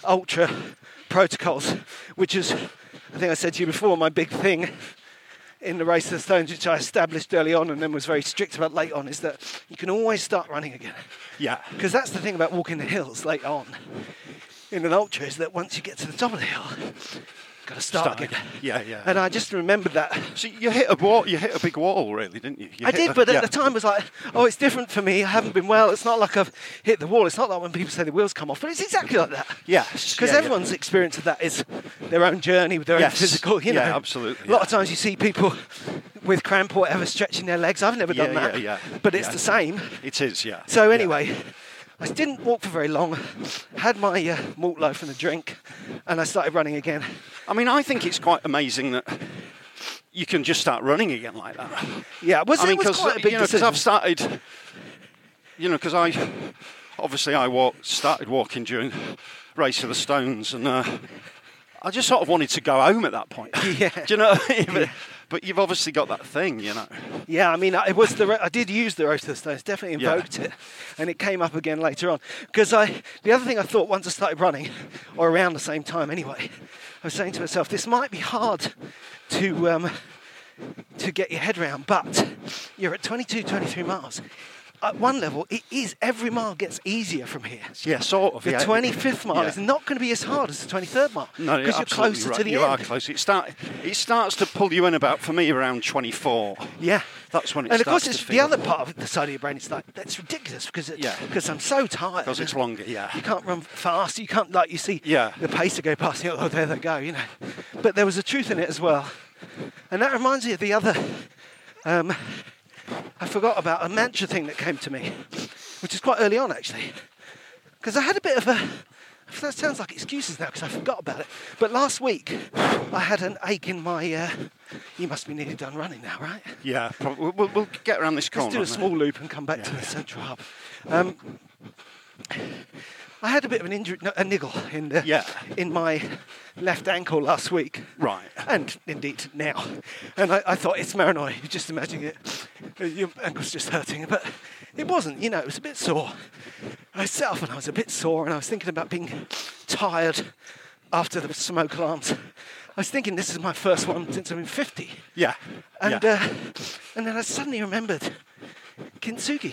ultra protocols, which is, I think I said to you before, my big thing in the race of the stones, which I established early on and then was very strict about late on, is that you can always start running again.
yeah.
Because that's the thing about walking the hills late on in an ultra is that once you get to the top of the hill, got to start,
Start
again.
again. Yeah, yeah.
And I just remembered that.
So you hit a wall. You hit a big wall, really, didn't you? You
I
hit
did,
a-
but at
yeah.
the time it was like, oh, it's different for me. I haven't been well. It's not like I've hit the wall. It's not like when people say the wheels come off, but it's exactly like that.
Yes.
Because
yeah, yeah.
everyone's experience of that is their own journey with their own
Yes.
physical, you know.
Yeah, absolutely,
A lot
yeah.
of times you see people with cramp or whatever stretching their legs. I've never done
Yeah,
that,
yeah, yeah.
but it's
Yeah.
the same.
It is. Yeah.
So
Yeah.
anyway, I didn't walk for very long. Had my uh, malt loaf and a drink, and I started running again.
I mean, I think it's quite amazing that you can just start running again like that.
Yeah, it was,
I mean,
it was
because
quite a big
you know, 'cause
decision.
I've started, you know, because I obviously I walked, started walking during Race of the Stones, and uh, I just sort of wanted to go home at that point.
Yeah.
Do you know? What I mean? but, but you've obviously got that thing, you know.
Yeah, I mean, I- it was the ro- I did use the roast of the stones, definitely
Yeah.
invoked it, and it came up again later on. Because I, the other thing I thought once I started running, or around the same time anyway, I was saying to myself, this might be hard to um, to get your head round, but you're at 22, 23 miles. At one level, it is every mile gets easier from here.
Yeah, sort of.
The
yeah.
25th mile
Yeah.
is not going to be as hard as the 23rd mile
No,
because you're
absolutely
closer
right.
to the
you
end.
are closer. It start, it starts to pull you in about for me around 24.
Yeah,
That's when it
And of course,
starts
it's
to
the
feel-
other part of the side of your brain. It's like that's ridiculous because it,
Yeah.
because I'm so tired.
Because it's longer, yeah.
You can't run fast. You can't like you see
Yeah.
the pacer go past. You oh, there they go. You know, but there was a truth in it as well, and that reminds me of the other. Um, I forgot about a mantra thing that came to me, which is quite early on actually, because I had a bit of a. That sounds like excuses now because I forgot about it. But last week, I had an ache in my. Uh, you must be nearly done running now, right?
Yeah, prob- we'll, we'll get around this corner.
Let's do a
haven't we?
small loop and come back to the central hub. Um, I had a bit of an injury, no, a niggle in the,
Yeah.
in my left ankle last week.
Right.
And indeed now. And I, I thought it's paranoia. You're just imagining it. Uh, Your ankle's just hurting, but it wasn't. You know, it was a bit sore. I sat up and I was a bit sore, and I was thinking about being tired after the smoke alarms. I was thinking this is my first one since I'm in 50.
Yeah.
And
yeah.
uh, and then I suddenly remembered kintsugi.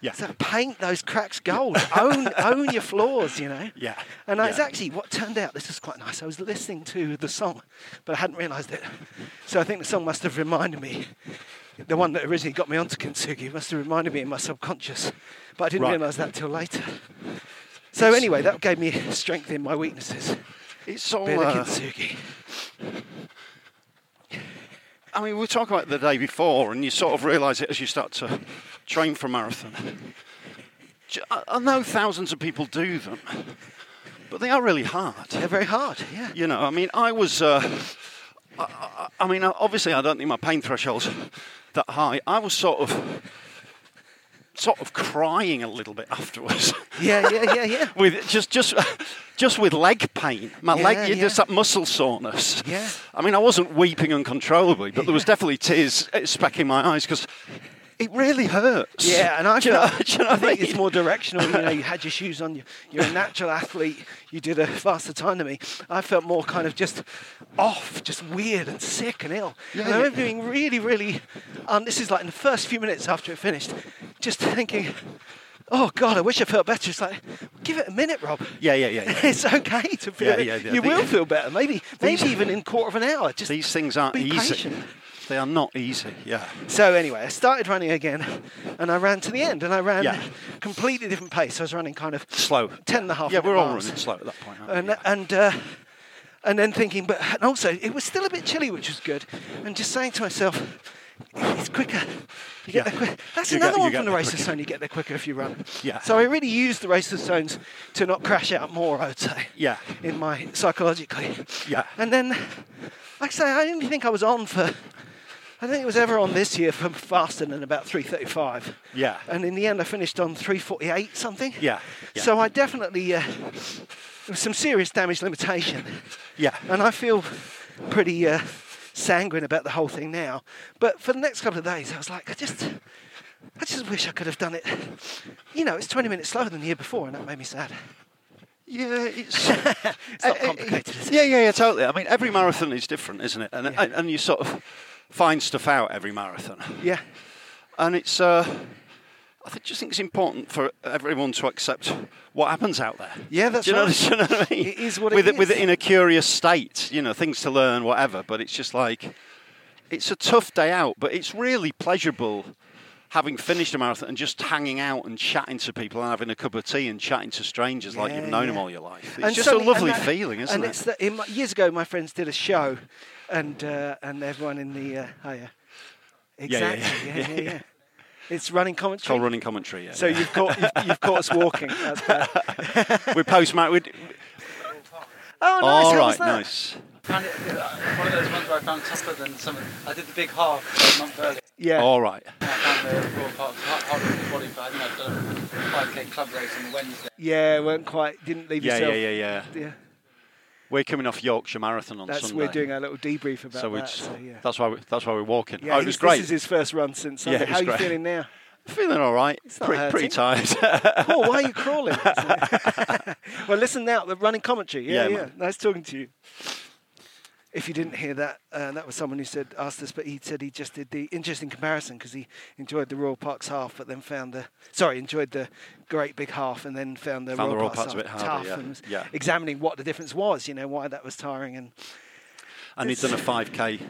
yeah.
So paint those cracks gold. own own your flaws, you know.
Yeah,
And it's
yeah.
actually what turned out. This is quite nice. I was listening to the song, but I hadn't realised it. So I think the song must have reminded me. The one that originally got me onto kintsugi must have reminded me in my subconscious, but I didn't
Right.
realise that till later. So anyway, that gave me strength in my weaknesses.
it's all.
Bit of
Uh,
kintsugi.
I mean, we were talking about it the day before, and you sort of realise it as you start to train for marathon. J- I I know thousands of people do them, but they are really hard.
They're very hard. Yeah.
You know, I mean, I was. Uh, I- I, I mean, I- obviously, I don't think my pain threshold's that high. I was sort of, sort of crying a little bit afterwards.
Yeah. Yeah. Yeah. Yeah.
With just just just with leg pain, my
Yeah,
leg, you
yeah.
just that muscle soreness.
Yeah.
I mean, I wasn't weeping uncontrollably, but there was definitely tears uh, specking my eyes because it really hurts.
Yeah, and I,
Do you know-
felt-
do you know
I
what I
think it's
mean?
more directional. You know, you had your shoes on. You, you're a natural athlete. You did a faster time than me. I felt more kind of just off, just weird and sick and ill.
Yeah,
and I
yeah.
remember being really, really. Um, this is like in the first few minutes after it finished, just thinking, "Oh God, I wish I felt better." It's like, give it a minute, Rob.
Yeah, yeah, yeah, yeah.
it's okay to feel.
Yeah,
it.
yeah, yeah.
You
The-
will feel better. Maybe, maybe
These-
even in quarter of an hour. Just
These things aren't
be
easy.
patient.
They are not easy. Yeah.
So anyway, I started running again, and I ran to the end, and I ran
Yeah.
completely different pace. I was running kind of
Slow.
ten and a half.
Yeah,
minute
we're all
miles.
running slow at that point. aren't we?
And
Yeah.
and uh, and then thinking, but and also it was still a bit chilly, which was good, and just saying to myself, it's quicker. You get
Yeah.
there quick. That's
You get-
another
you
one
get
from the
there
race of
quicker.
zone. You get there quicker if you run.
Yeah.
So I really used the race of zones to not crash out more. I would say.
Yeah.
In my psychologically.
Yeah.
And then, like I say, I didn't think I was on for. I don't think it was ever on this year for faster than about 3:35.
Yeah.
And in the end, I finished on 3:48 something.
Yeah, yeah.
So I definitely uh, there was some serious damage limitation.
Yeah.
And I feel pretty uh, sanguine about the whole thing now. But for the next couple of days, I was like, I just, I just wish I could have done it. You know, it's 20 minutes slower than the year before, and that made me sad.
Yeah, it's,
It's not complicated, is it?
Yeah, yeah, yeah, totally. I mean, every marathon is different, isn't it? And and, and you sort of find stuff out every marathon.
Yeah.
And it's, uh, I think, just think it's important for everyone to accept what happens out there.
Yeah, that's
Do you know,
right.
do you know what I mean?
It is what it
with it, with
is.
it in a curious state, you know, things to learn, whatever. But it's just like, it's a tough day out, but it's really pleasurable having finished a marathon and just hanging out and chatting to people and having a cup of tea and chatting to strangers like
Yeah,
you've known them
yeah.
all your life. It's
And
just a
suddenly-
lovely
and that-
feeling, isn't
and
it?
It's the, in my, years ago, my friends did a show, and uh, and everyone in the uh, oh yeah,
yeah,
exactly, yeah, yeah,
yeah,
yeah. It's running commentary.
It's called running commentary. Yeah.
So
yeah.
you've caught you've, you've caught us walking. That's bad.
we post match. We'd...
Oh, nice.
All
how
right,
was that?
nice.
found it one of those ones where I found tougher than some. Of, I did the big half a month earlier.
Yeah.
All right.
And I found the raw part hard, harder than the body, but I think I've done a 5k club race on the Wednesday.
Yeah, weren't quite. Didn't leave
Yeah, yeah,
yourself.
yeah, yeah.
yeah.
We're coming off Yorkshire Marathon on
That's
Sunday.
we're doing our little debrief about
so we
that.
just,
so, yeah.
that's why we, that's why we're walking.
yeah,
oh,
he's-
it was great.
This is his first run since.
Yeah,
Sunday.
it
How are
was
you
great.
feeling now?
Feeling all right.
not
pretty, pretty tired.
Paul, why are you crawling? well, listen now. The running commentary. Yeah,
Yeah,
yeah.
man.
Nice talking to you. If you didn't hear that, uh, that was someone who said asked us, but he said he just did the interesting comparison because he enjoyed the Royal Parks half, but then found the sorry enjoyed the Great Big Half, and then found the
Found the
Royal,
Royal
Parks,
Parks a
half
bit harder,
tough,
yeah.
and was
Yeah.
examining what the difference was. You know why that was tiring and
and he's done a 5k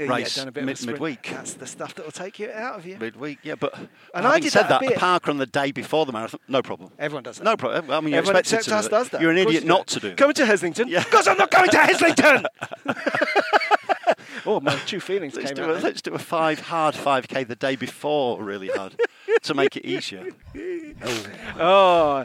uh, yeah,
Race
done a bit
mid-
of a sprint.
midweek.
That's the stuff that will take you out of you.
midweek. Yeah, but
I
having
did that
said
a
that,
bit.
the park on the day before the marathon, no problem.
Everyone does that.
No problem. I mean, you're
Everyone except
expected to. do
us
that.
does that.
You're an
Of course
idiot
you
not to do. that.
Coming to Heslington because I'm not going to Heslington. oh, my true feelings
Let's
came
do, a,
out. then.
let's do a five hard 5k the day before, really hard, to make it easier.
Oh,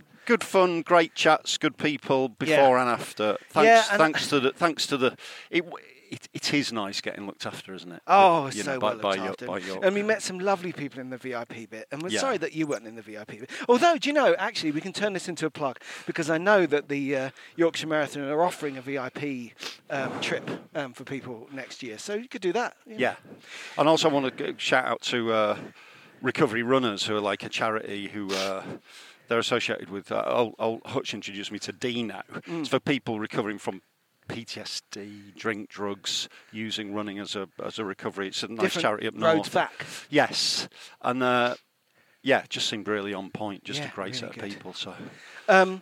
good fun, great chats, good people before
Yeah.
and after.
Yeah,
Thanks,
and-
thanks to the, thanks to the. It, it, it is nice getting looked after, isn't it?
Oh,
You
so
know,
well looked after.
by your, by your,
and we met some lovely people in the VIP bit. And we're
Yeah.
sorry that you weren't in the VIP bit. Although, do you know, actually, we can turn this into a plug because I know that the uh, Yorkshire Marathon are offering a VIP um, trip um, for people next year. So you could do that. you know.
Yeah, and also I want to shout out to uh, Recovery Runners, who are like a charity who. Uh, they're associated with. Uh, old, old Hutch introduced me to Dino.
Mm.
It's for people recovering from PTSD, drink, drugs, using running as a as a recovery. It's a nice
Different
charity up north.
roads back.
Yes, and uh, yeah, it just seemed really on point. Just
Yeah,
a great
really
set
good.
of people. So
Um,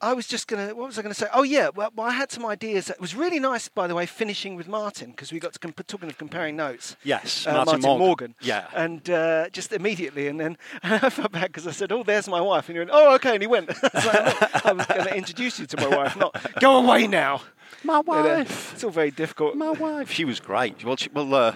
I was just going to, what was I going to say? Oh, yeah, well, well, I had some ideas. It was really nice, by the way, finishing with Martin because we got to comp- talking of comparing notes.
Yes,
uh, Martin,
Martin
Morgan.
Morgan. Yeah.
And uh, just immediately, and then and I felt bad because I said, oh, there's my wife. And he went, oh, okay. And he went. I was, like, "No, I was going to introduce you to my wife, not go away now.
my
You know, it's all very difficult.
my wife, she was great. Well, she, well, uh,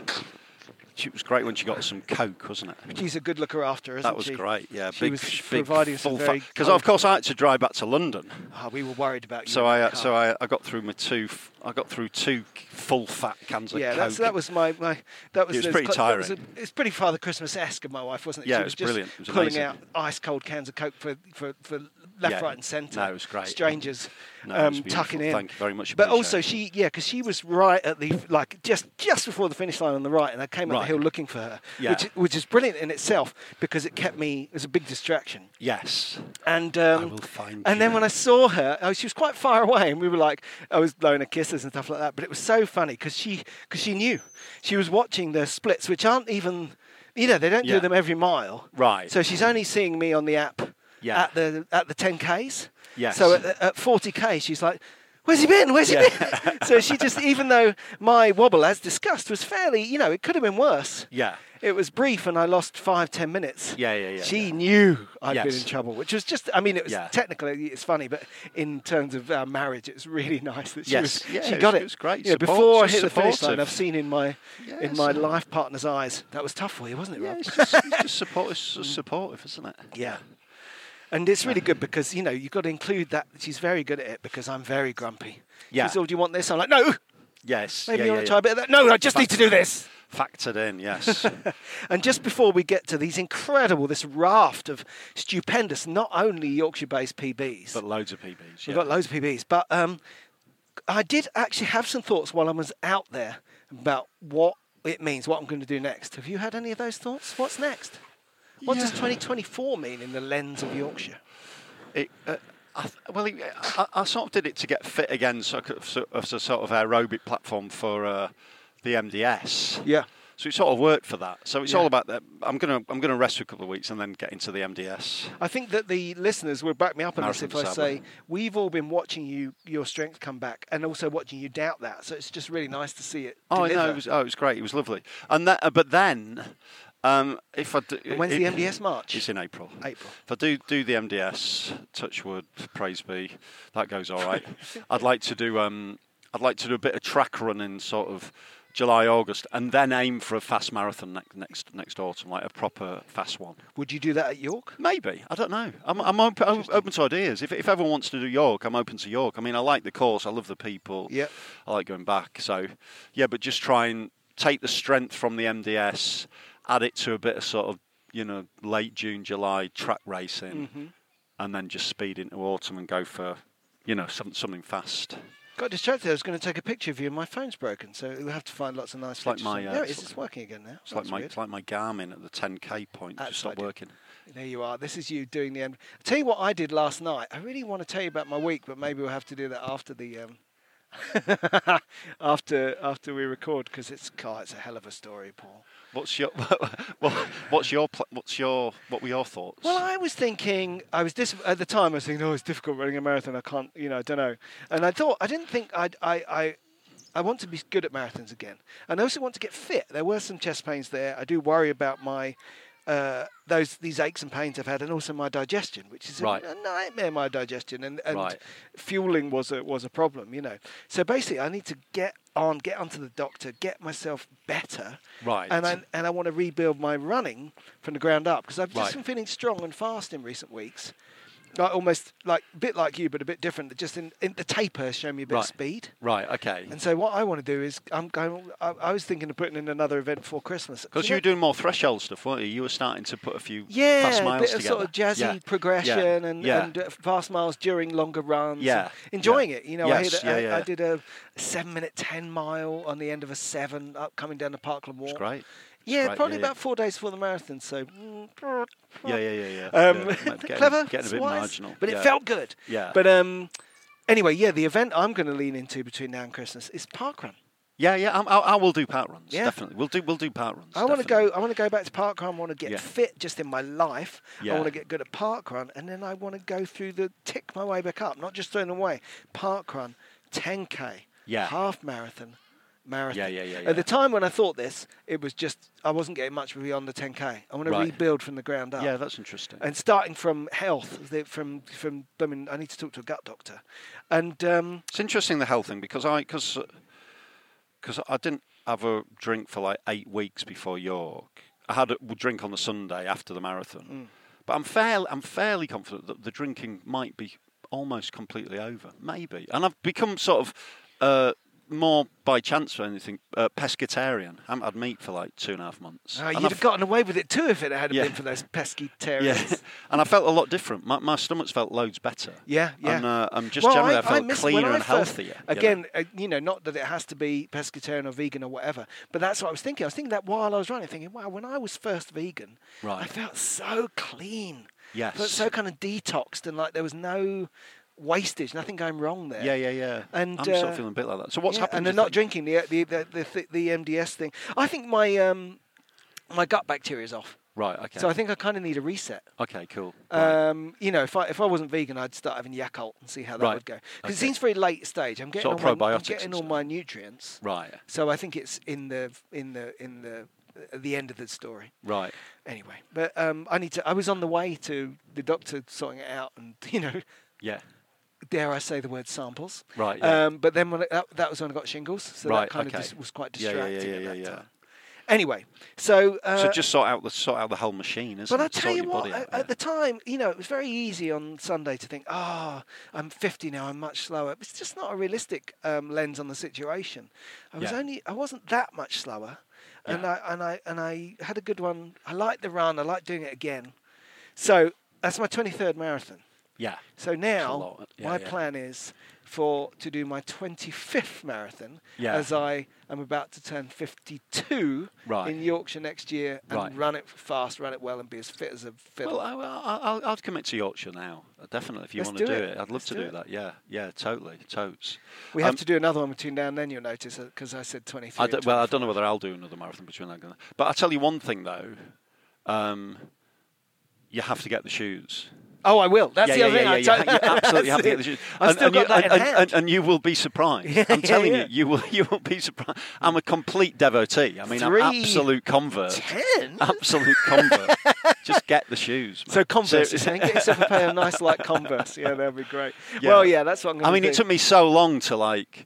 she was great when she got some coke, wasn't it?
She's a good looker after, isn't
That was
she?
great. Yeah,
she
big,
was
big,
providing some
full
very
Because
cold-
of course I had to drive back to London,
Ah, we were worried about you.
so
in
I
the
uh,
car.
so I, I got through my two f- I got through two c- full fat cans of
Yeah,
coke.
that's, that was my, my that was,
It was
those
pretty
cl- that was
tiring.
a- it's pretty Father Christmas esque of my wife, wasn't it?
Yeah,
she
it was
just
brilliant. It was
pulling
amazing.
out ice cold cans of Coke for for, for left,
Yeah.
right, and centre.
No, it was great.
Strangers
No, it was
um,
beautiful.
tucking in.
Thank you very much,
But
appreciate
also
it.
she yeah, because she was right at the like just just before the finish line on the right, and I came up
Right.
the hill looking for her,
Yeah.
which which is brilliant in itself because it kept me. It was a big distraction.
yes.
And um,
will find
and then
you.
when I saw her, oh, she was quite far away, and we were like, I was blowing her kisses and stuff like that. But it was so funny because she because she knew she was watching the splits, which aren't even, you know, they don't
Yeah.
do them every mile.
Right.
So she's only seeing me on the app
Yeah.
at the at the 10ks.
Yes.
So at, at 40k, she's like. Where's he been? Where's he been? so she just, even though my wobble, as discussed, was fairly, you know, it could have been worse.
Yeah.
It was brief and I lost five, ten minutes.
Yeah, yeah, yeah,
She
yeah.
knew I'd been
Yes.
in trouble, which was just, I mean, it was
Yeah.
technically, it's funny, but in terms of our marriage, it's really nice that she,
Yes.
was,
Yeah,
she
it
got
was-
it.
it was great.
You know,
Support-
before I
she's
hit the finish line,
supportive.
I've seen in my in my
Yes.
life partner's eyes, that was tough for you, wasn't it,
Yeah,
Rob?
it's just, it's just support, it's just supportive, isn't it?
Mm. Yeah. And it's really good because, you know, you've got to include that. She's very good at it because I'm very grumpy.
Yeah.
She says, oh, do you want this? I'm like, no,
Yes.
maybe
yeah,
you
yeah,
want to
yeah.
try a bit of that. No, I just need to do this.
Factored in, yes.
And just before we get to these incredible, this raft of stupendous, not only Yorkshire based PBs,
but loads of PBs.
we've
Yeah.
got loads of PBs, but um, I did actually have some thoughts while I was out there about what it means, what I'm going to do next. Have you had any of those thoughts? What's next? What does 2024 mean in the lens of Yorkshire?
It, uh, I, th- well, it, I, I sort of did it to get fit again, so I could- so- as a sort of aerobic platform for uh, the MDS.
Yeah.
So it sort of worked for that. So it's
Yeah.
all about that. I'm gonna I'm gonna rest for a couple of weeks and then get into the MDS.
I think that the listeners will back me up on this if
Marathon
I say
Sabre.
we've all been watching you your strength come back and also watching you doubt that. So it's just really nice to see it.
Oh no,
deliver.
it was oh it was great. It was lovely. And that, uh, but then, um, if I do,
when's
it-
the MDS March?
It's in April.
April.
If I do do the MDS, touch wood, praise be, that goes all right. I'd like to do um, I'd like to do a bit of track running, sort of July, August, and then aim for a fast marathon next next next autumn, like a proper fast one.
Would you do that at York?
Maybe I don't know. I'm I'm op- I'm open to ideas. If if everyone wants to do York, I'm open to York. I mean, I like the course. I love the people.
Yeah.
I like going back. So, yeah, but just try and take the strength from the MDS, add it to a bit of sort of you know late June, July track racing,
Mm-hmm.
and then just speed into autumn and go for you know some, something fast.
Got distracted. I was going to take a picture of you, and my phone's broken, so we'll have to find lots of nice
like
pictures.
my,
Yeah,
uh,
it's,
it's
it's
like-
working again now.
It's like
That's
my
weird.
it's like my Garmin at the 10k point
That's
just stopped
ideal.
working.
There you are. This is you doing the end. I'll tell you what I did last night. I really want to tell you about my week, but maybe we'll have to do that after the um, after after we record because it's God, it's a hell of a story, Paul.
What's your well? What's your pl- what's your what were your thoughts?
Well, I was thinking, I was dis- at the time. I was thinking, oh, it's difficult running a marathon. I can't, you know, I don't know. And I thought, I didn't think I'd, I, I, I want to be good at marathons again, and I also want to get fit. There were some chest pains there. I do worry about my. Uh, those these aches and pains I've had, and also my digestion, which is a-
Right.
a, nightmare. My digestion and, and
Right.
fueling was a was a problem, you know. So basically, I need to get on, get onto the doctor, get myself better,
Right.
And I and I want to rebuild my running from the ground up because I've just
Right.
been feeling strong and fast in recent weeks. Like almost like a bit like you, but a bit different. Just in, in the taper has shown me a bit
right.
of speed.
Right. Okay.
And so what I want to do is I'm going. I, I was thinking of putting in another event before Christmas
Because
know-
you were doing more threshold stuff, weren't you? You were starting to put a few
yeah,
fast
a
miles
bit of
together.
sort of jazzy
Yeah, yeah,
progression and,
yeah.
and uh, fast miles during longer runs. and
Yeah,
enjoying
yeah.
it. You know, I,
Yes,
hit a-
yeah,
I-
yeah,
I
yeah.
did a seven-minute ten mile on the end of a seven up coming down the Parkland Walk.
great.
Yeah,
great,
probably
yeah, yeah.
about four days before the marathon. So mm,
yeah, yeah, yeah, yeah.
um,
yeah. Getting,
clever,
getting a bit
wise,
marginal,
but it
yeah.
felt good.
Yeah.
But um, anyway, yeah, the event I'm going to lean into between now and Christmas is parkrun.
Yeah, yeah. I'm, I, I will do part runs.
Yeah.
Definitely, we'll do. We'll do part runs.
I want to
definitely.
go. I want to go back to parkrun. I want to get
Yeah.
fit just in my life. I
Yeah.
want to get good at parkrun, and then I want to go through the tick my way back up, not just throwing away parkrun, 10k,
Yeah.
half marathon, marathon.
Yeah, yeah, yeah, yeah.
At the time when I thought this, it was just I wasn't getting much beyond the 10k. I want to
Right.
rebuild from the ground up.
Yeah, that's interesting.
and starting from health, the- from from I mean, I need to talk to a gut doctor, and um,
It's interesting the health thing because I because because I didn't have a drink for like eight weeks before York. I had a drink on the Sunday after the
Mm.
marathon, but I'm fairly I'm fairly confident that the drinking might be almost completely over, maybe. And I've become sort of uh, more by chance or anything uh, pescatarian. I haven't had meat for like two and a half months.
uh,
And
you'd
I've-
have gotten away with it too if it hadn't
Yeah.
been for those pesky terrorists.
yeah, and I felt a lot different. My, my stomach's felt loads better.
Yeah, yeah.
And uh, I'm just
Well,
generally I,
I
felt
miss- when
cleaner
I
and
first-
healthier. you know.
Again, uh, you know, not that it has to be pescatarian or vegan or whatever, but that's what I was thinking. I was thinking that while I was running, thinking, wow, when I was first vegan, I
Right.
felt so clean.
Yes.
Felt so kind of detoxed and like there was no wastage, nothing going wrong there.
Yeah, yeah, yeah.
And
I'm sort
uh,
of feeling a bit like that. So what's
yeah,
happened?
And
do
they're
you
not
think?
drinking the the, the the thi- the MDS thing. I think my um my gut bacteria's off.
Right. Okay.
So I think I kind of need a reset.
Okay. Cool. Right.
Um, you know, if I if I wasn't vegan, I'd start having Yakult and see how that
Right.
would go. Because it
Okay.
seems very late stage. I'm getting
Sort of
all my, I'm
probiotics
getting
and
all
stuff.
my nutrients.
right.
So I think it's in the in the in the at the end of the story.
Right.
Anyway, but um, I need to. I was on the way to the doctor sorting it out, and you know,
Yeah.
dare I say the word samples?
Right, yeah.
Um, but then when I, that, that was when I got shingles, so that
Right,
kind
okay.
of just was quite
Yeah, yeah, yeah,
distracting at
yeah,
that
yeah.
time. Anyway, so uh,
so just sort out the sort out the whole machine, isn't
but I
it?
tell
Sort
you
your
what,
body
at,
out, yeah.
at the time, you know, it was very easy on Sunday to think, oh, I'm 50 now, I'm much slower. It's just not a realistic um, lens on the situation. I was
Yeah.
only, I wasn't that much slower, and I and I and I had a good one. I liked the run. I liked doing it again. So that's my 23rd marathon.
yeah.
So now
lot. Yeah,
my
yeah.
plan is for to do my 25th marathon
Yeah.
as I am about to turn 52
Right.
in Yorkshire next year and
Right.
run it fast, run it well, and be as fit as a fiddle.
Well, I, I, I'll, I'll commit to Yorkshire now. uh, Definitely, if you
Let's
want to
do
do
it.
it, I'd love
Let's
to
do
do,
it.
that. Yeah, yeah, totally, totes.
we have
Um,
to do another one between now and then. You'll notice because I said 23.
I
and
don't- well, I
24.
don't know whether I'll do another marathon between now and then. But I tell you one thing though, um, you have to get the shoes.
Oh, I will. That's
yeah,
the
yeah,
other
yeah,
thing.
yeah,
I
you ha- you absolutely have to get the shoes.
I've still
you,
got that in
and,
hand.
and, and you will be surprised. I'm
yeah,
telling
yeah.
you, you will you will be surprised. I'm a complete devotee. I mean,
Three,
I'm absolute convert.
ten?
uh, Absolute convert. Just get the shoes.
So
mate.
Converse, you're
Seriously.
saying? Get yourself a pair of nice, light Converse. Yeah, that'd be great.
Yeah.
Well, yeah, that's what I'm going
I
to
mean,
do.
it took me so long to like.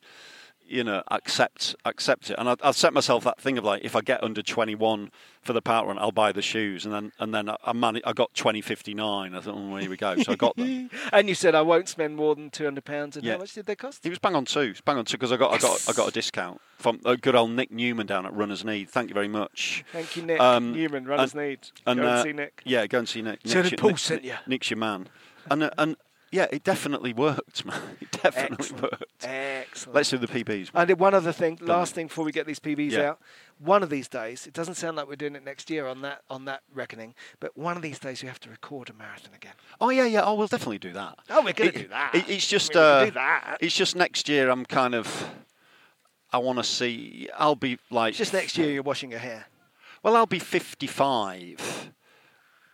you know, accept accept it. And I, I set myself that thing of like, if I get under 21 for the power run, I'll buy the shoes. And then and then I, I, man- I got 2059. I thought, oh, here we go. So I got them.
And you said I won't spend more than two hundred pounds. And
Yeah.
how much did they cost?
He was bang on two. He was bang on two because I got I got I got a discount from uh, good old Nick Newman down at Runners Need. Thank you very much.
Thank you, Nick
Um,
Newman. Runners
and-
need.
and,
Go and
uh,
see Nick.
Yeah, go and see Nick.
So did
Nick's your-
Paul
Nick's-
sent ya?
Nick's your man. And uh, and yeah, it definitely worked, man. It definitely
Excellent.
worked.
Excellent.
Let's do the PBs.
And then one other thing, last thing before we get these PBs
Yeah.
out. One of these days, it doesn't sound like we're doing it next year on that on that reckoning, but one of these days you have to record a marathon again.
Oh yeah, yeah. Oh, we'll definitely do that.
Oh, we're gonna
It-
do that.
it- it's just
We're gonna
uh,
do that.
It's just next year. I'm kind of. I want to see. I'll be like.
It's just next year you're washing your hair.
Well, I'll be 55,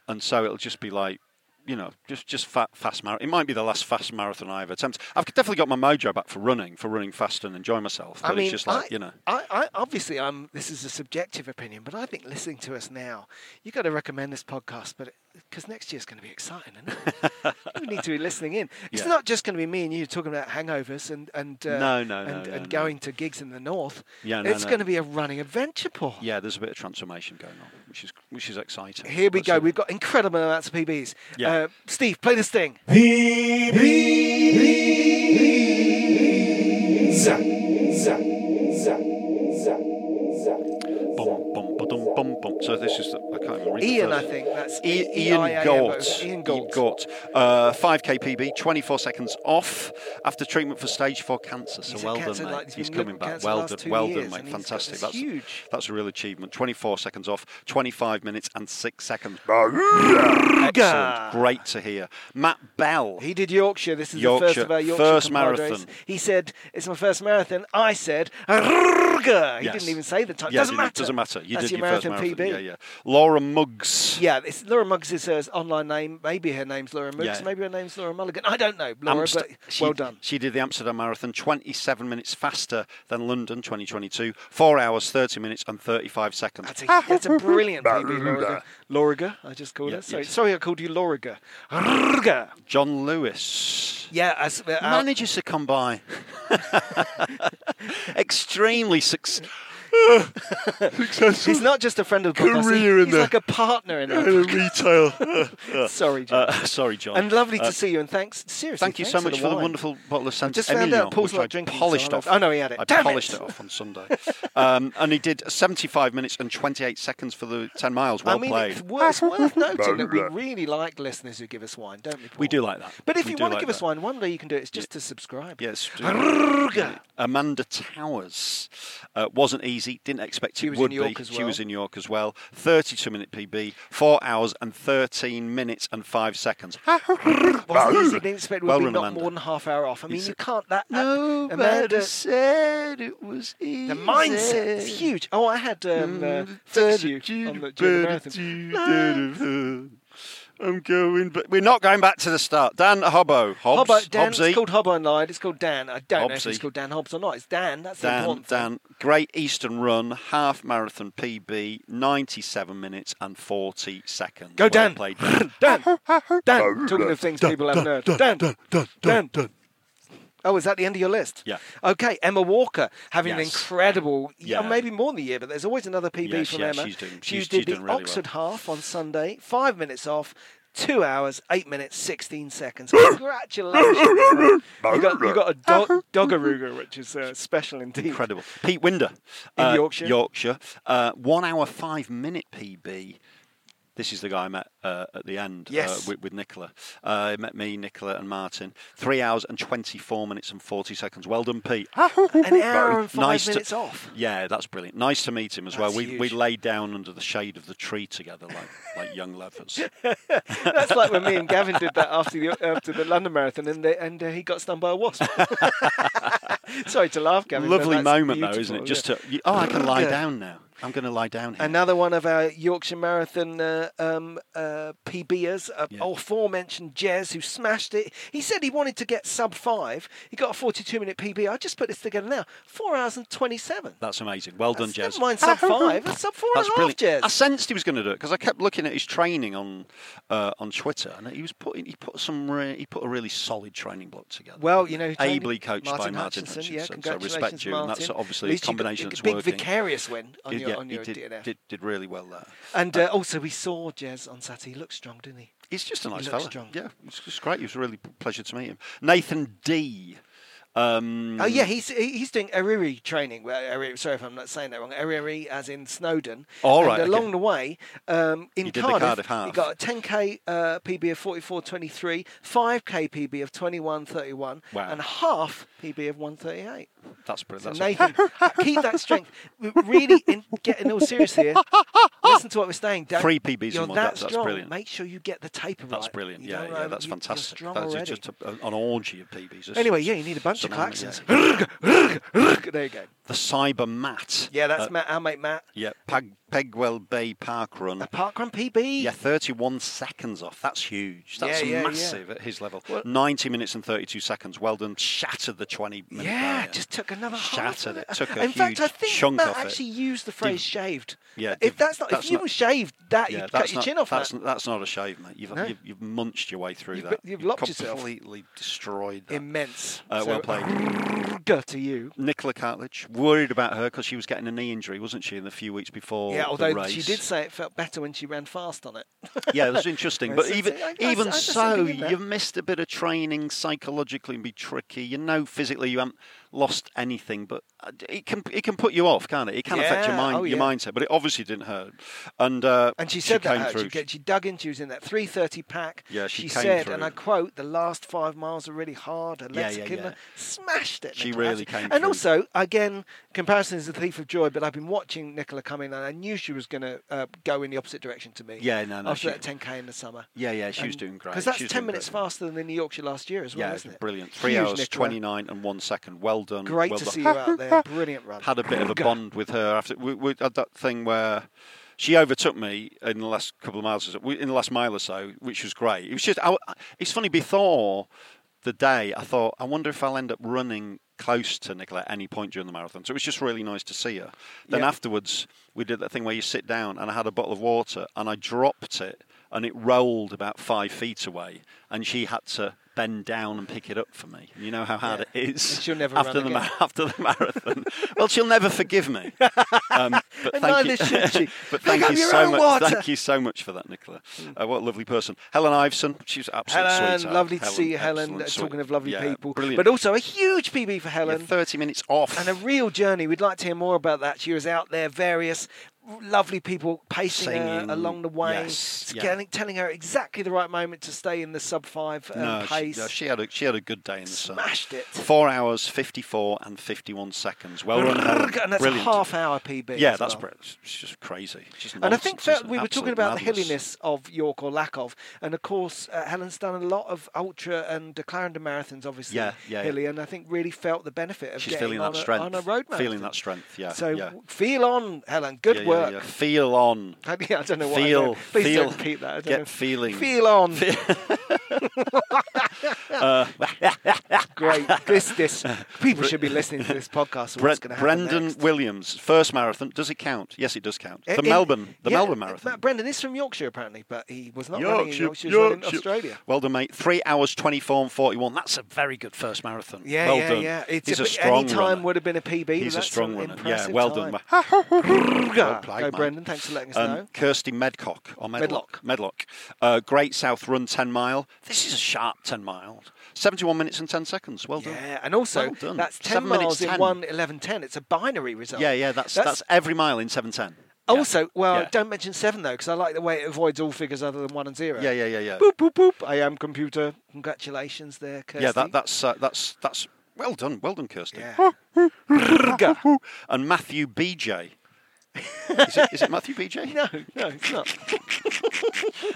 and so it'll just be like, you know, just just fa fast marathon. It might be the last fast marathon I ever attempt. I've definitely got my mojo back for running, for running fast and enjoying myself. But
I mean,
it's just like,
I,
you know,
I, I obviously I'm. This is a subjective opinion, but I think listening to us now, you got to recommend this podcast, but because next year's going to be exciting, isn't it? you need to be listening in. It's
Yeah.
not just going to be me and you talking about hangovers and and uh,
No, no, no,
and,
no,
and
no.
going to gigs in the north.
Yeah, no,
it's
no.
going to be a running adventure, Paul.
yeah, there's a bit of transformation going on, which is which is exciting.
Here we
Let's
go.
see.
We've got incredible amounts of PBs.
Yeah.
Uh, Steve, play this thing.
Bum, bum, ba-dum, bum, bum. So this is the, I can't even read the
Ian, I
first.
think that's
I-
E-
Ian
E-I-A-M-O.
Gort.
Ian Gort.
Uh, 5k PB, 24 seconds off after treatment for stage 4 cancer. So
He's had
well done,
cancer,
mate.
like, he's
he's
been living
coming
with
back.
cancer
Well
last
done,
two
well
years,
done,
and
mate.
he's got this
Fantastic. That's
huge-
That's a real achievement. 24 seconds off, 25 minutes and 6 seconds. Excellent. Great to hear. Matt Bell.
Ah. He did Yorkshire. This is the first
Yorkshire.
of our Yorkshire
First
compadres.
marathon.
He said, "It's my first marathon." I said, "Arrgh." He
Yes.
didn't even say the time.
Yeah,
doesn't
didn't-
matter.
Doesn't matter. You
That's
did
your
your
marathon,
first
PB.
marathon. Yeah, yeah. Laura Muggs.
Yeah, it's Laura Muggs is her online name. Maybe her name's Laura Muggs.
Yeah.
Maybe her name's Laura Mulligan. I don't know, Laura.
Amst-
but
she,
well done.
She did the Amsterdam Marathon 27 minutes faster than London 2022, 4 hours, 30 minutes, and 35 seconds.
That's a, that's a brilliant PB, Laura. Lauriga, I just called
Yeah,
her. Sorry,
yes.
sorry, I called you Lauriga. Arrgh.
John Lewis.
Yeah, as, uh, our-
Manages to come by. Extremely successful.
he's not just a friend of the podcast. he-
Career in
he's
the-
like a partner in our
retail.
podcast. Sorry, John.
Uh, sorry, John.
and lovely to see you. And thanks, seriously.
Thank you so
thanks
much for the
wine.
wonderful bottle of San
just found out
Emilion,
Paul's
which
not
I
drinking, so
polished
I'll
off.
have- Oh, no, he had it.
I
Damn
polished
it.
it. off on Sunday, um, and he did 75 minutes and 28 seconds for the 10 miles. Well
I mean,
played.
it's worth, worth noting that we really like listeners who give us wine, don't we? Paul?
We do like that.
But if
We
you
do
want to
like
give us
that.
wine, one way you can do it is just to subscribe.
Yes. Amanda Towers uh, wasn't easy. Didn't expect
She
it
was in
would
York
be.
as
She
well.
was in York as well. 32 minute PB, four hours and 13 minutes and five seconds.
Uh, Wasn't easy. Didn't expect we'd
Well
be
done,
not
Amanda.
more than half hour off. I mean,
It's-
you can't. That that-
Nobody
Amanda,
said it was easy. Mm,
the mindset is huge. Oh, I had um, uh, fix you on the during the marathon.
I'm going, but we're not going back to the start. Dan Hobbo, Hobbs,
Hobbo, Dan,
Hobbsy.
it's called Hobbo online. It's called Dan. I don't know if it's
Hobbsy.
called Dan Hobbs or not. It's Dan. That's the
Dan,
important. thing.
Dan, great Eastern Run half marathon PB, 97 minutes and 40 seconds.
Go
Well
Dan.
played, Dan.
Dan. Dan. Talking of things people haven't heard. Dan. Dan. Oh, is that the end of your list?
Yeah.
Okay, Emma Walker having an
Yes.
incredible, yeah.
Yeah.
maybe more than a year, but there's always another PB
Yes,
from
yeah,
Emma.
she's doing-
she
she's-
did
she's
the
doing really well.
Oxford half on Sunday, five minutes off, two hours, eight minutes, sixteen seconds. Congratulations! Emma. you got you got a
Uh-huh.
dog, dogaruga, which is uh, special indeed.
Incredible. Pete Winder.
In Yorkshire.
Yorkshire. Uh, one hour, five minute PB. This is the guy I met uh, at the end
Yes.
uh, with, with Nicola. Uh, he met me, Nicola, and Martin. Three hours and 24 minutes and 40 seconds. Well done, Pete.
An hour and five
Nice to-
minutes off.
Yeah, that's brilliant. Nice to meet him as well.
That's
We, we
huge.
laid down under the shade of the tree together like, like young lovers.
That's like when me and Gavin did that after the after the London Marathon, and they, and uh, he got stung by a wasp. Sorry to laugh, Gavin. but
Lovely
that's
moment, though, isn't
beautiful,
it?
yeah.
Just to, you, oh, I can lie
Yeah.
down now. I'm going to lie down here.
Another one of our Yorkshire Marathon uh, um, uh, PBers, uh,
Yeah.
aforementioned Jez, who smashed it. He said he wanted to get sub five. He got a 42 minute PB. I just put this together now. Four hours and 27.
That's amazing. Well done,
That's-
Jez.
Never mind sub five. That's sub four and a
That's
half,
brilliant.
Jez.
I sensed he was going to do it because I kept looking at his training on uh, on Twitter, and he was putting he put some re- he put a really solid training block together.
Well, you know, who trained
ably
him?
coached by Martin Hutchinson.
Yeah,
so
congratulations,
respect you,
Martin.
and that's
At
obviously a
least you got-
combination
you got
that's
a big
working.
vicarious win on your,
yeah,
on
he
your
did,
DNF.
did, did really well there.
And uh, also, we saw Jez on Saturday. He looked strong, didn't he?
He's just a nice
looks
fella.
strong.
Yeah, it's, it's great. It was a really p- pleasure to meet him. Nathan D. Um,
Oh yeah, he's he- he's doing Ariri training. Well, Ariri, sorry if I'm not saying that wrong. Ariri, as in Snowden.
All
and
right, okay.
Along the way, um, in
He did the
Cardiff,
Cardiff
he
half.
got a 10k uh, PB of 44.23, 5k PB of 21.31,
Wow.
and a half PB of 138.
that's brilliant.
So
That's-
Nathan, keep that strength. We Really, in, get in all serious here. Listen to what we're saying. Dan.
Three PBs in
you're
one
that
dap, that's
strong.
brilliant.
Make sure you get the taper
That's
right.
brilliant.
You
yeah,
don't
yeah,
know-
that's
you-
fantastic.
You're strong
That's
already.
just a, an orgy of PBs. It's-
anyway, yeah, you need a bunch of
phenomenal,
claxons.
yeah.
there you go.
The Cyber Mat.
Yeah, that's
uh,
Matt, our mate Matt.
Yeah, Peg- Pegwell Bay Park Run.
A parkrun PB.
Yeah, 31 seconds off. That's huge. That's
Yeah, yeah, yeah.
massive at his level. 90 minutes and 32 seconds. Well done. Shattered the 20 minute
Yeah,
barrier.
just took another half
Shattered
of
it. Took a
In fact, I
huge
think
chunk
Matt
off it.
actually used the phrase
Div-
"shaved."
yeah,
if
div-
that's not,
that's
if you
not-
were shaved, that you'd cut
that's
your
not,
chin off.
That's,
Matt.
that's not a shave, mate. You've, you've, you've munched your way through
You've-
that.
you've lopped yourself.
completely destroyed that.
immense.
Uh,
So,
well played.
Good to you.
Nicola Cartledge, worried about her because she was getting a knee injury, wasn't she, in the few weeks before
Yeah,
the
although
race.
she did say it felt better when she ran fast on it.
yeah, it was interesting.
It's-
But
it's-
even
I- I-
even
I just
so,
think in that-
you've missed a bit of training psychologically and be tricky. You know, physically you haven't lost anything, but uh, it can it can put you off, can't it? It can affect your
Yeah,
mind,
oh,
your
yeah.
mindset. But it obviously didn't hurt. And uh,
And she said that
came
out.
through.
She, get- she dug in. She was in that 3:30 pack.
Yeah, she came
said,
through.
and I quote, "The last five miles were really hard. Her legs
yeah,
are killing
yeah.
her." Smashed it.
She
Nicola
really
Hatton.
came
And
through.
also, again, comparison is a thief of joy. But I've been watching Nicola come in, and I knew she was going to uh, go in the opposite direction to me.
Yeah, no, no,
After
she-
that 10k in the summer.
Yeah, yeah, she was doing great.
Because that's
She was
10
doing
minutes
great.
faster than in New Yorkshire last year as well,
Yeah, it
isn't
was
it?
brilliant. Three
Huge,
hours
Nicola.
twenty nine and one second. Well done.
Great
well
to
done.
see you out there. Brilliant run.
had a bit of a bond with her after we, we had that thing where she overtook me in the last couple of miles, or so, we- in the last mile or so, which was great. It was just, I, it's funny before the day, I thought, I wonder if I'll end up running close to Nicola at any point during the marathon. So it was just really nice to see her. Then
Yeah.
afterwards, we did that thing where you sit down, and I had a bottle of water, and I dropped it, and it rolled about five feet away, and she had to. Bend down and pick it up for me. You know how hard it is.
she'll never
after
run
the
again.
ma- after the marathon. well, she'll never forgive me. Um, but
And
thank
neither
you,
should she.
but
Pick
thank
up
you
your
so
own
much.
water.
Thank you so much for that, Nicola. Uh, what a lovely person. Helen Iveson, she's absolutely
Helen,
sweetheart.
lovely to see you, Helen.
excellent,
uh,
sweet-
Talking of lovely
yeah,
people,
brilliant.
but also a huge PB for
Yeah,
Helen.
thirty minutes off.
and a real journey. We'd like to hear more about that. She was out there, various lovely people pacing her
Singing,
along the way,
yes, yeah.
telling, telling her exactly the right moment to stay in the sub five um,
no, she,
pace.
no, she had a she had a good day in the sun.
Smashed it.
Four hours fifty four and fifty one seconds. Well run, Oh, Helen.
and that's
brilliant.
a half hour PB.
Yeah,
as
that's
well.
br- She's just crazy. She's
And I think
nonsense,
that
isn't it?
we were talking
Absolute
about the
madness.
hilliness of York or lack of, and of course uh, Helen's done a lot of ultra and uh, Clarendon marathons, obviously
Yeah, yeah, yeah.
hilly, and I think really felt the benefit of
She's
getting
feeling
on,
that
a,
strength.
on a road marathon.
Feeling that strength. Yeah.
So
yeah.
w- feel on, Helen. Good
Yeah, yeah,
work.
yeah. Feel on.
I don't know what. I
Feel,
meant. Please
feel,
don't repeat that. I don't
get
know.
feeling.
Feel on.
Uh,
Great. This, this. People should be listening to this podcast. of
Bre-
what's going to happen
Brendan
next.
Williams, first marathon. Does it count? Yes, it does count. The
In-
Melbourne, the
yeah,
Melbourne
uh,
Marathon.
Brendan is from Yorkshire apparently, but he was not running in Yorkshire, he was running in Australia.
Well done, mate. Three hours twenty-four and forty-one. That's a very good first marathon.
Yeah,
well
yeah,
done.
yeah. It's
He's
a
a,
bit-
strong
any time
runner.
would have been a PB,
He's a
that's
strong
an
runner. Yeah,
impressive
well
time.
done.
Well
played,
Go,
mate.
Brendan. Thanks for letting us know.
Um, Kirsty Medcock or Medlock.
Medlock.
Medlock. Uh, great South Run 10 mile. This is a sharp 10 mile. 71 minutes and 10 seconds. Well done.
Yeah, and also
Well done.
that's ten
Seven minutes
miles in
10.
one eleven ten. It's a binary result.
Yeah, yeah, that's, that's, every mile in 710. Yeah.
also well.
Yeah.
Don't mention seven though, because I like the way it avoids all figures other than one and zero.
Yeah, yeah, yeah, yeah.
Boop boop boop. I am computer. Congratulations, there, Kirsty.
Yeah, that, that's, uh, that's, that's, well done. Well done, Kirsty.
Yeah.
And Matthew BJ. Is it, is it Matthew BJ?
No, no, it's not.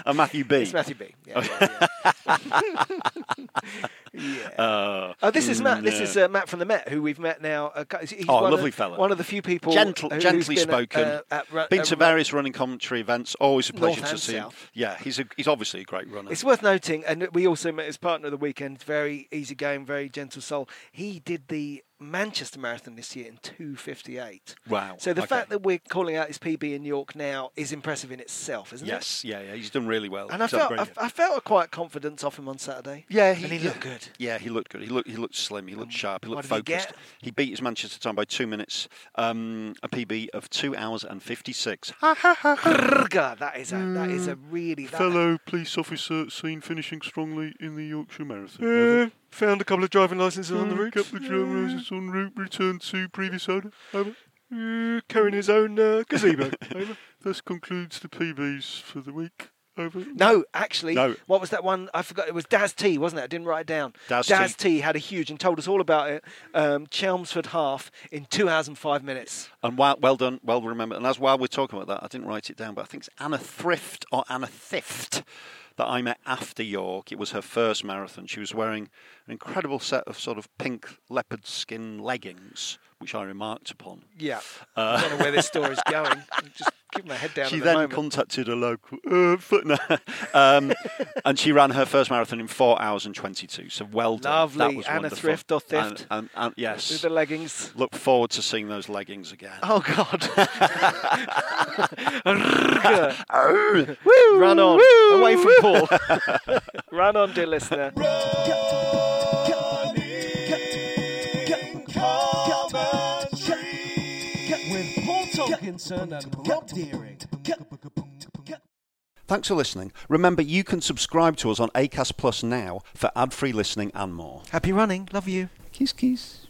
A Matthew B.
It's Matthew B. Yeah, yeah, yeah. Yeah.
Uh,
oh, this is Matt. This is uh, Matt from the Met, who we've met now. Uh, he's
Mm, Oh,
one
lovely
of,
fella.
One of the few people.
Gentle,
who- who's
gently
been at,
spoken.
uh, at ru-
been
at
to
ru-
various running commentary events. Always a
North
pleasure to
and
see him.
south.
Yeah, he's a, he's obviously a great runner.
It's worth noting, and we also met his partner of the weekend. Very easy going, very gentle soul. He did the Manchester Marathon this year in 2:58.
Wow,
So the
okay.
fact that we're calling out his PB in York now is impressive in itself, isn't it?
yes, yeah, yeah. He's done really well.
And I
He's had a
felt
great
I,
year.
I felt a quiet confidence off him on Saturday.
Yeah,
and he
yeah.
looked good.
Yeah, he looked good. He looked he looked slim. He looked sharp. He
Um, what
looked
did he get?
focused. He, beat his Manchester time by two minutes. Um, a PB of two hours and fifty six. Ha!
Brrga, that is a that is a really that,
police officer seen finishing strongly in the Yorkshire Marathon.
found a couple of driving licenses on
Mm.
on route, returned to previous owner.
carrying his own uh, gazebo.
This concludes the PBs for the week. Over.
No, actually,
No.
what was that one? I forgot. It was Daz T, wasn't it? I didn't write it down.
Daz T.
Daz T. had a huge and told us all about it. Um, Chelmsford half in two hours and five minutes.
And while, well done, well remembered. And as while we're talking about that, I didn't write it down, but I think it's Anna Thrift or Anna Thift that I met after York. It was her first marathon. She was wearing an incredible set of sort of pink leopard skin leggings, which I remarked upon.
Yeah, I don't know where this story's going. I'm just keep my head down.
she
at the
then
moment.
contacted a local uh, foot- no. um, and she ran her first marathon in four hours and 22. So well done. That
Lovely.
was
Anna
wonderful.
Thrift or
And-
Thift?
and- and- yes.
with the leggings.
Look forward to seeing those leggings again.
Oh God! Run on, away from Paul. Run on, dear listener.
With Paul Tolkinson and Rob Deering.
Thanks for listening. Remember, you can subscribe to us on ACAS Plus now for ad free listening and more.
Happy running. Love you.
Kiss, kiss.